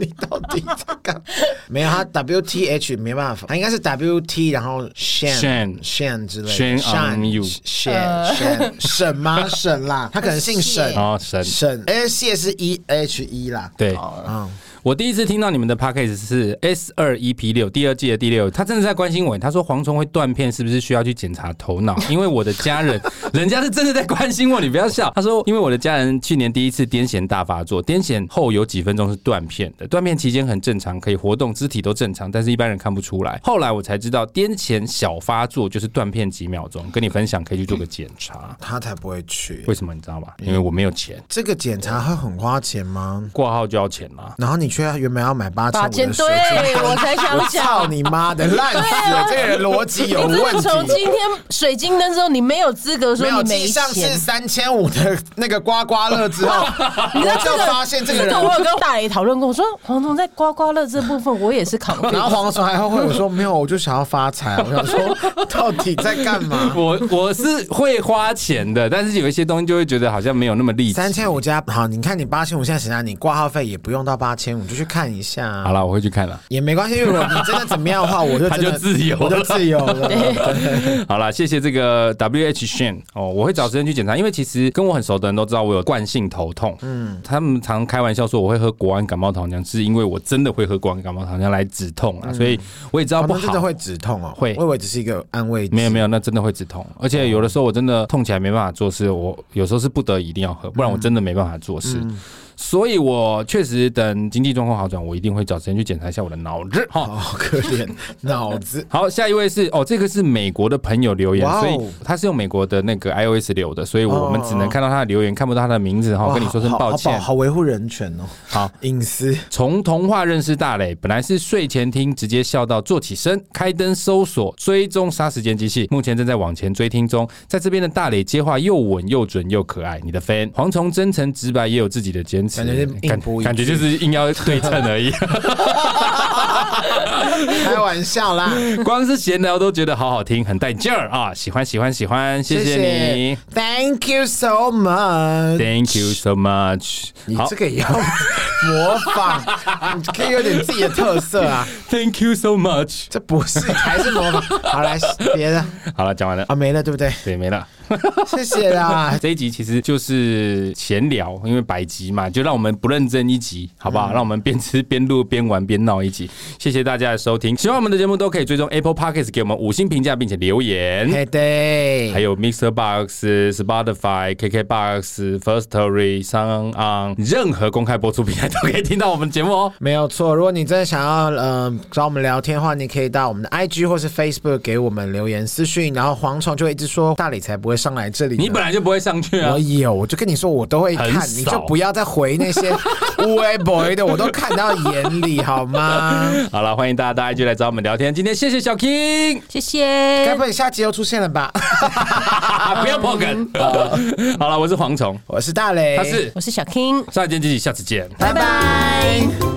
Speaker 2: 你到底在干？没有他 WTH 没办法，他应该是 WT，然后
Speaker 1: Shan
Speaker 2: Shan Shan 之类的
Speaker 1: Shan on 嗯 you
Speaker 2: Shan Shan 沈吗？沈
Speaker 3: *laughs*
Speaker 2: 啦，他可能姓沈
Speaker 3: 呃
Speaker 1: *laughs*
Speaker 3: 谢
Speaker 1: 哦神。
Speaker 2: 沈，哎，谢是 E H E 啦。
Speaker 1: 对，
Speaker 2: 嗯，
Speaker 1: 我第一次听到你们的 podcast 是 S 二 EP 六第二季的第六，他真的在关心我。他说蝗虫会断片，是不是需要去检查头脑？ *laughs* 因为我的家人， *laughs* 人家是真的在关心我，你不要笑。他说，因为我的家人去年第一次癫痫大发作，癫痫后有几分钟是断片的，断片期间很正常，可以活动，肢体都正常，但是一般人看不出来。后来我才知道，癫痫小发作就是断片几秒钟。跟你分享，可以去做个检查。
Speaker 2: 他才不会去。
Speaker 1: 为什么你知道吗？因为我没有钱，
Speaker 2: 这个检查会很花钱吗？
Speaker 1: 挂号就要钱啦、
Speaker 2: 然后你却原本要买八千
Speaker 3: 八
Speaker 2: 五
Speaker 3: 千，
Speaker 2: 的
Speaker 3: 对
Speaker 2: 水晶
Speaker 3: 我才想
Speaker 2: 我操
Speaker 3: 讲。啊
Speaker 2: 你妈的，烂死了！这个人逻辑有
Speaker 3: 你真
Speaker 2: 问
Speaker 3: 的从
Speaker 2: 题。
Speaker 3: 今天水晶灯之后，你没有资格说
Speaker 2: 没有
Speaker 3: 你
Speaker 2: 继
Speaker 3: 没
Speaker 2: 上次
Speaker 3: 钱。
Speaker 2: 三千五的那个刮刮乐之
Speaker 3: *laughs*
Speaker 2: 后，我就发现这个
Speaker 3: 这
Speaker 2: 人
Speaker 3: 个。我有跟大爷讨论过，我说黄总在刮刮乐这部分，我也是扛不
Speaker 2: 然后
Speaker 3: 住。
Speaker 2: 黄总还后悔，我说没有，我就想要发财。啊我想
Speaker 3: *laughs*
Speaker 2: 说，到底在干嘛？ *laughs*
Speaker 1: 我我是会花钱的，但是有一些东西就会觉得好像没有那么利。
Speaker 2: 三千五加好，你看你八千五，现在谁让你挂号费也不用到八千五们就去看一下啊、
Speaker 1: 好了，我会去看了。
Speaker 2: 也没关系。如果你真的怎么样
Speaker 1: *laughs*
Speaker 2: 的话，我就
Speaker 1: 他
Speaker 2: 真的
Speaker 1: 就自由了
Speaker 2: 我就自由了。
Speaker 1: *laughs* 好啦，谢谢这个 W H Shen 哦，我会找时间去检查，因为其实跟我很熟的人都知道我有惯性头痛，嗯，他们常开玩笑说我会喝国安感冒糖浆，是因为我真的会喝国安感冒糖浆来止痛啊，所以我也知道
Speaker 2: 嗯他
Speaker 1: 不
Speaker 2: 们
Speaker 1: 好，
Speaker 2: 真的会止痛哦，
Speaker 1: 会
Speaker 2: 我以为只是一个安慰剂。
Speaker 1: 没有没有，那真的会止痛，而且有的时候我真的痛起来没办法做事，我有时候是不得已一定要喝，不然我真的没办法做事。
Speaker 2: 嗯
Speaker 1: 所以我确实等经济状况好转，我一定会找时间去检查一下我的脑子哈。
Speaker 2: 好可怜，脑子
Speaker 1: 好，下一位是哦，这个是美国的朋友留言，
Speaker 2: 哇哦
Speaker 1: 所以他是用美国的那个 iOS 留的，所以我们只能看到他的留言，看不到他的名字哈。跟你说声
Speaker 2: 哦哇好
Speaker 1: 抱
Speaker 2: 好
Speaker 1: 歉
Speaker 2: 好。好维护人权哦，
Speaker 1: 好，
Speaker 2: 隐私。
Speaker 1: 从童话认识大磊，本来是睡前听，直接笑到坐起身，开灯搜索追踪杀时间机器，目前正在往前追听中。在这边的大磊接话又稳又准又可爱，你的 fan 蝗虫真诚直白也有自己的坚持，
Speaker 2: 感觉是硬
Speaker 1: 感
Speaker 2: 播一句
Speaker 1: 感觉就是硬要对称而
Speaker 2: *laughs*
Speaker 1: 已。
Speaker 2: 开玩笑啦，
Speaker 1: 光是闲聊都觉得好好听，很带劲儿啊！喜欢喜欢喜欢，谢谢你。
Speaker 2: t h a n k you so much。
Speaker 1: Thank you so much。
Speaker 2: 你
Speaker 1: 好
Speaker 2: 这个也要模仿，你可以有点自己的特色啊！
Speaker 1: ，Thank you so much。
Speaker 2: 这不是还是模仿？好来，别的
Speaker 1: 好了，讲完了，
Speaker 2: 啊没了，对不对？
Speaker 1: 对，没了。
Speaker 2: 谢谢啦，
Speaker 1: 这一集其实就是闲聊，因为百集嘛，就让我们不认真一集，好
Speaker 2: 嗯
Speaker 1: 不好？让我们边吃边录边玩边闹一集。谢谢大家的收听，喜欢我们的节目都可以追踪 Apple Podcast 给我们五星评价，并且留言。
Speaker 2: 嘿对，
Speaker 1: 还有 Mixer Box、Spotify、KK Box、First Story、Sound On，任何公开播出平台都可以听到我们节目哦。
Speaker 2: 没有错，如果你真的想要呃找我们聊天的话，你可以到我们的 IG 或是 Facebook 给我们留言私讯，然后蝗虫就会一直说大理才不会上来这里呢。
Speaker 1: 你本来就不会上去啊
Speaker 2: 我，有，我就跟你说，我都会
Speaker 1: 很
Speaker 2: 看，
Speaker 1: 少
Speaker 2: 你就不要再回那
Speaker 1: *laughs*
Speaker 2: 些乌龟 boy 的，我都看到眼里好
Speaker 1: *laughs*
Speaker 2: 吗？
Speaker 1: 好了，欢迎大家，大家就来找我们聊天。今天谢谢小 King，
Speaker 3: 谢
Speaker 2: 该
Speaker 3: 谢
Speaker 2: 不，会下集又出现了吧？
Speaker 1: 啊，不要破梗。
Speaker 2: 嗯
Speaker 1: *laughs* 好了，我是蝗虫，
Speaker 2: 我是大雷，
Speaker 1: 他是
Speaker 2: 哎
Speaker 3: 我是小 King，
Speaker 1: 下一见，继续，下次见。
Speaker 2: 拜拜。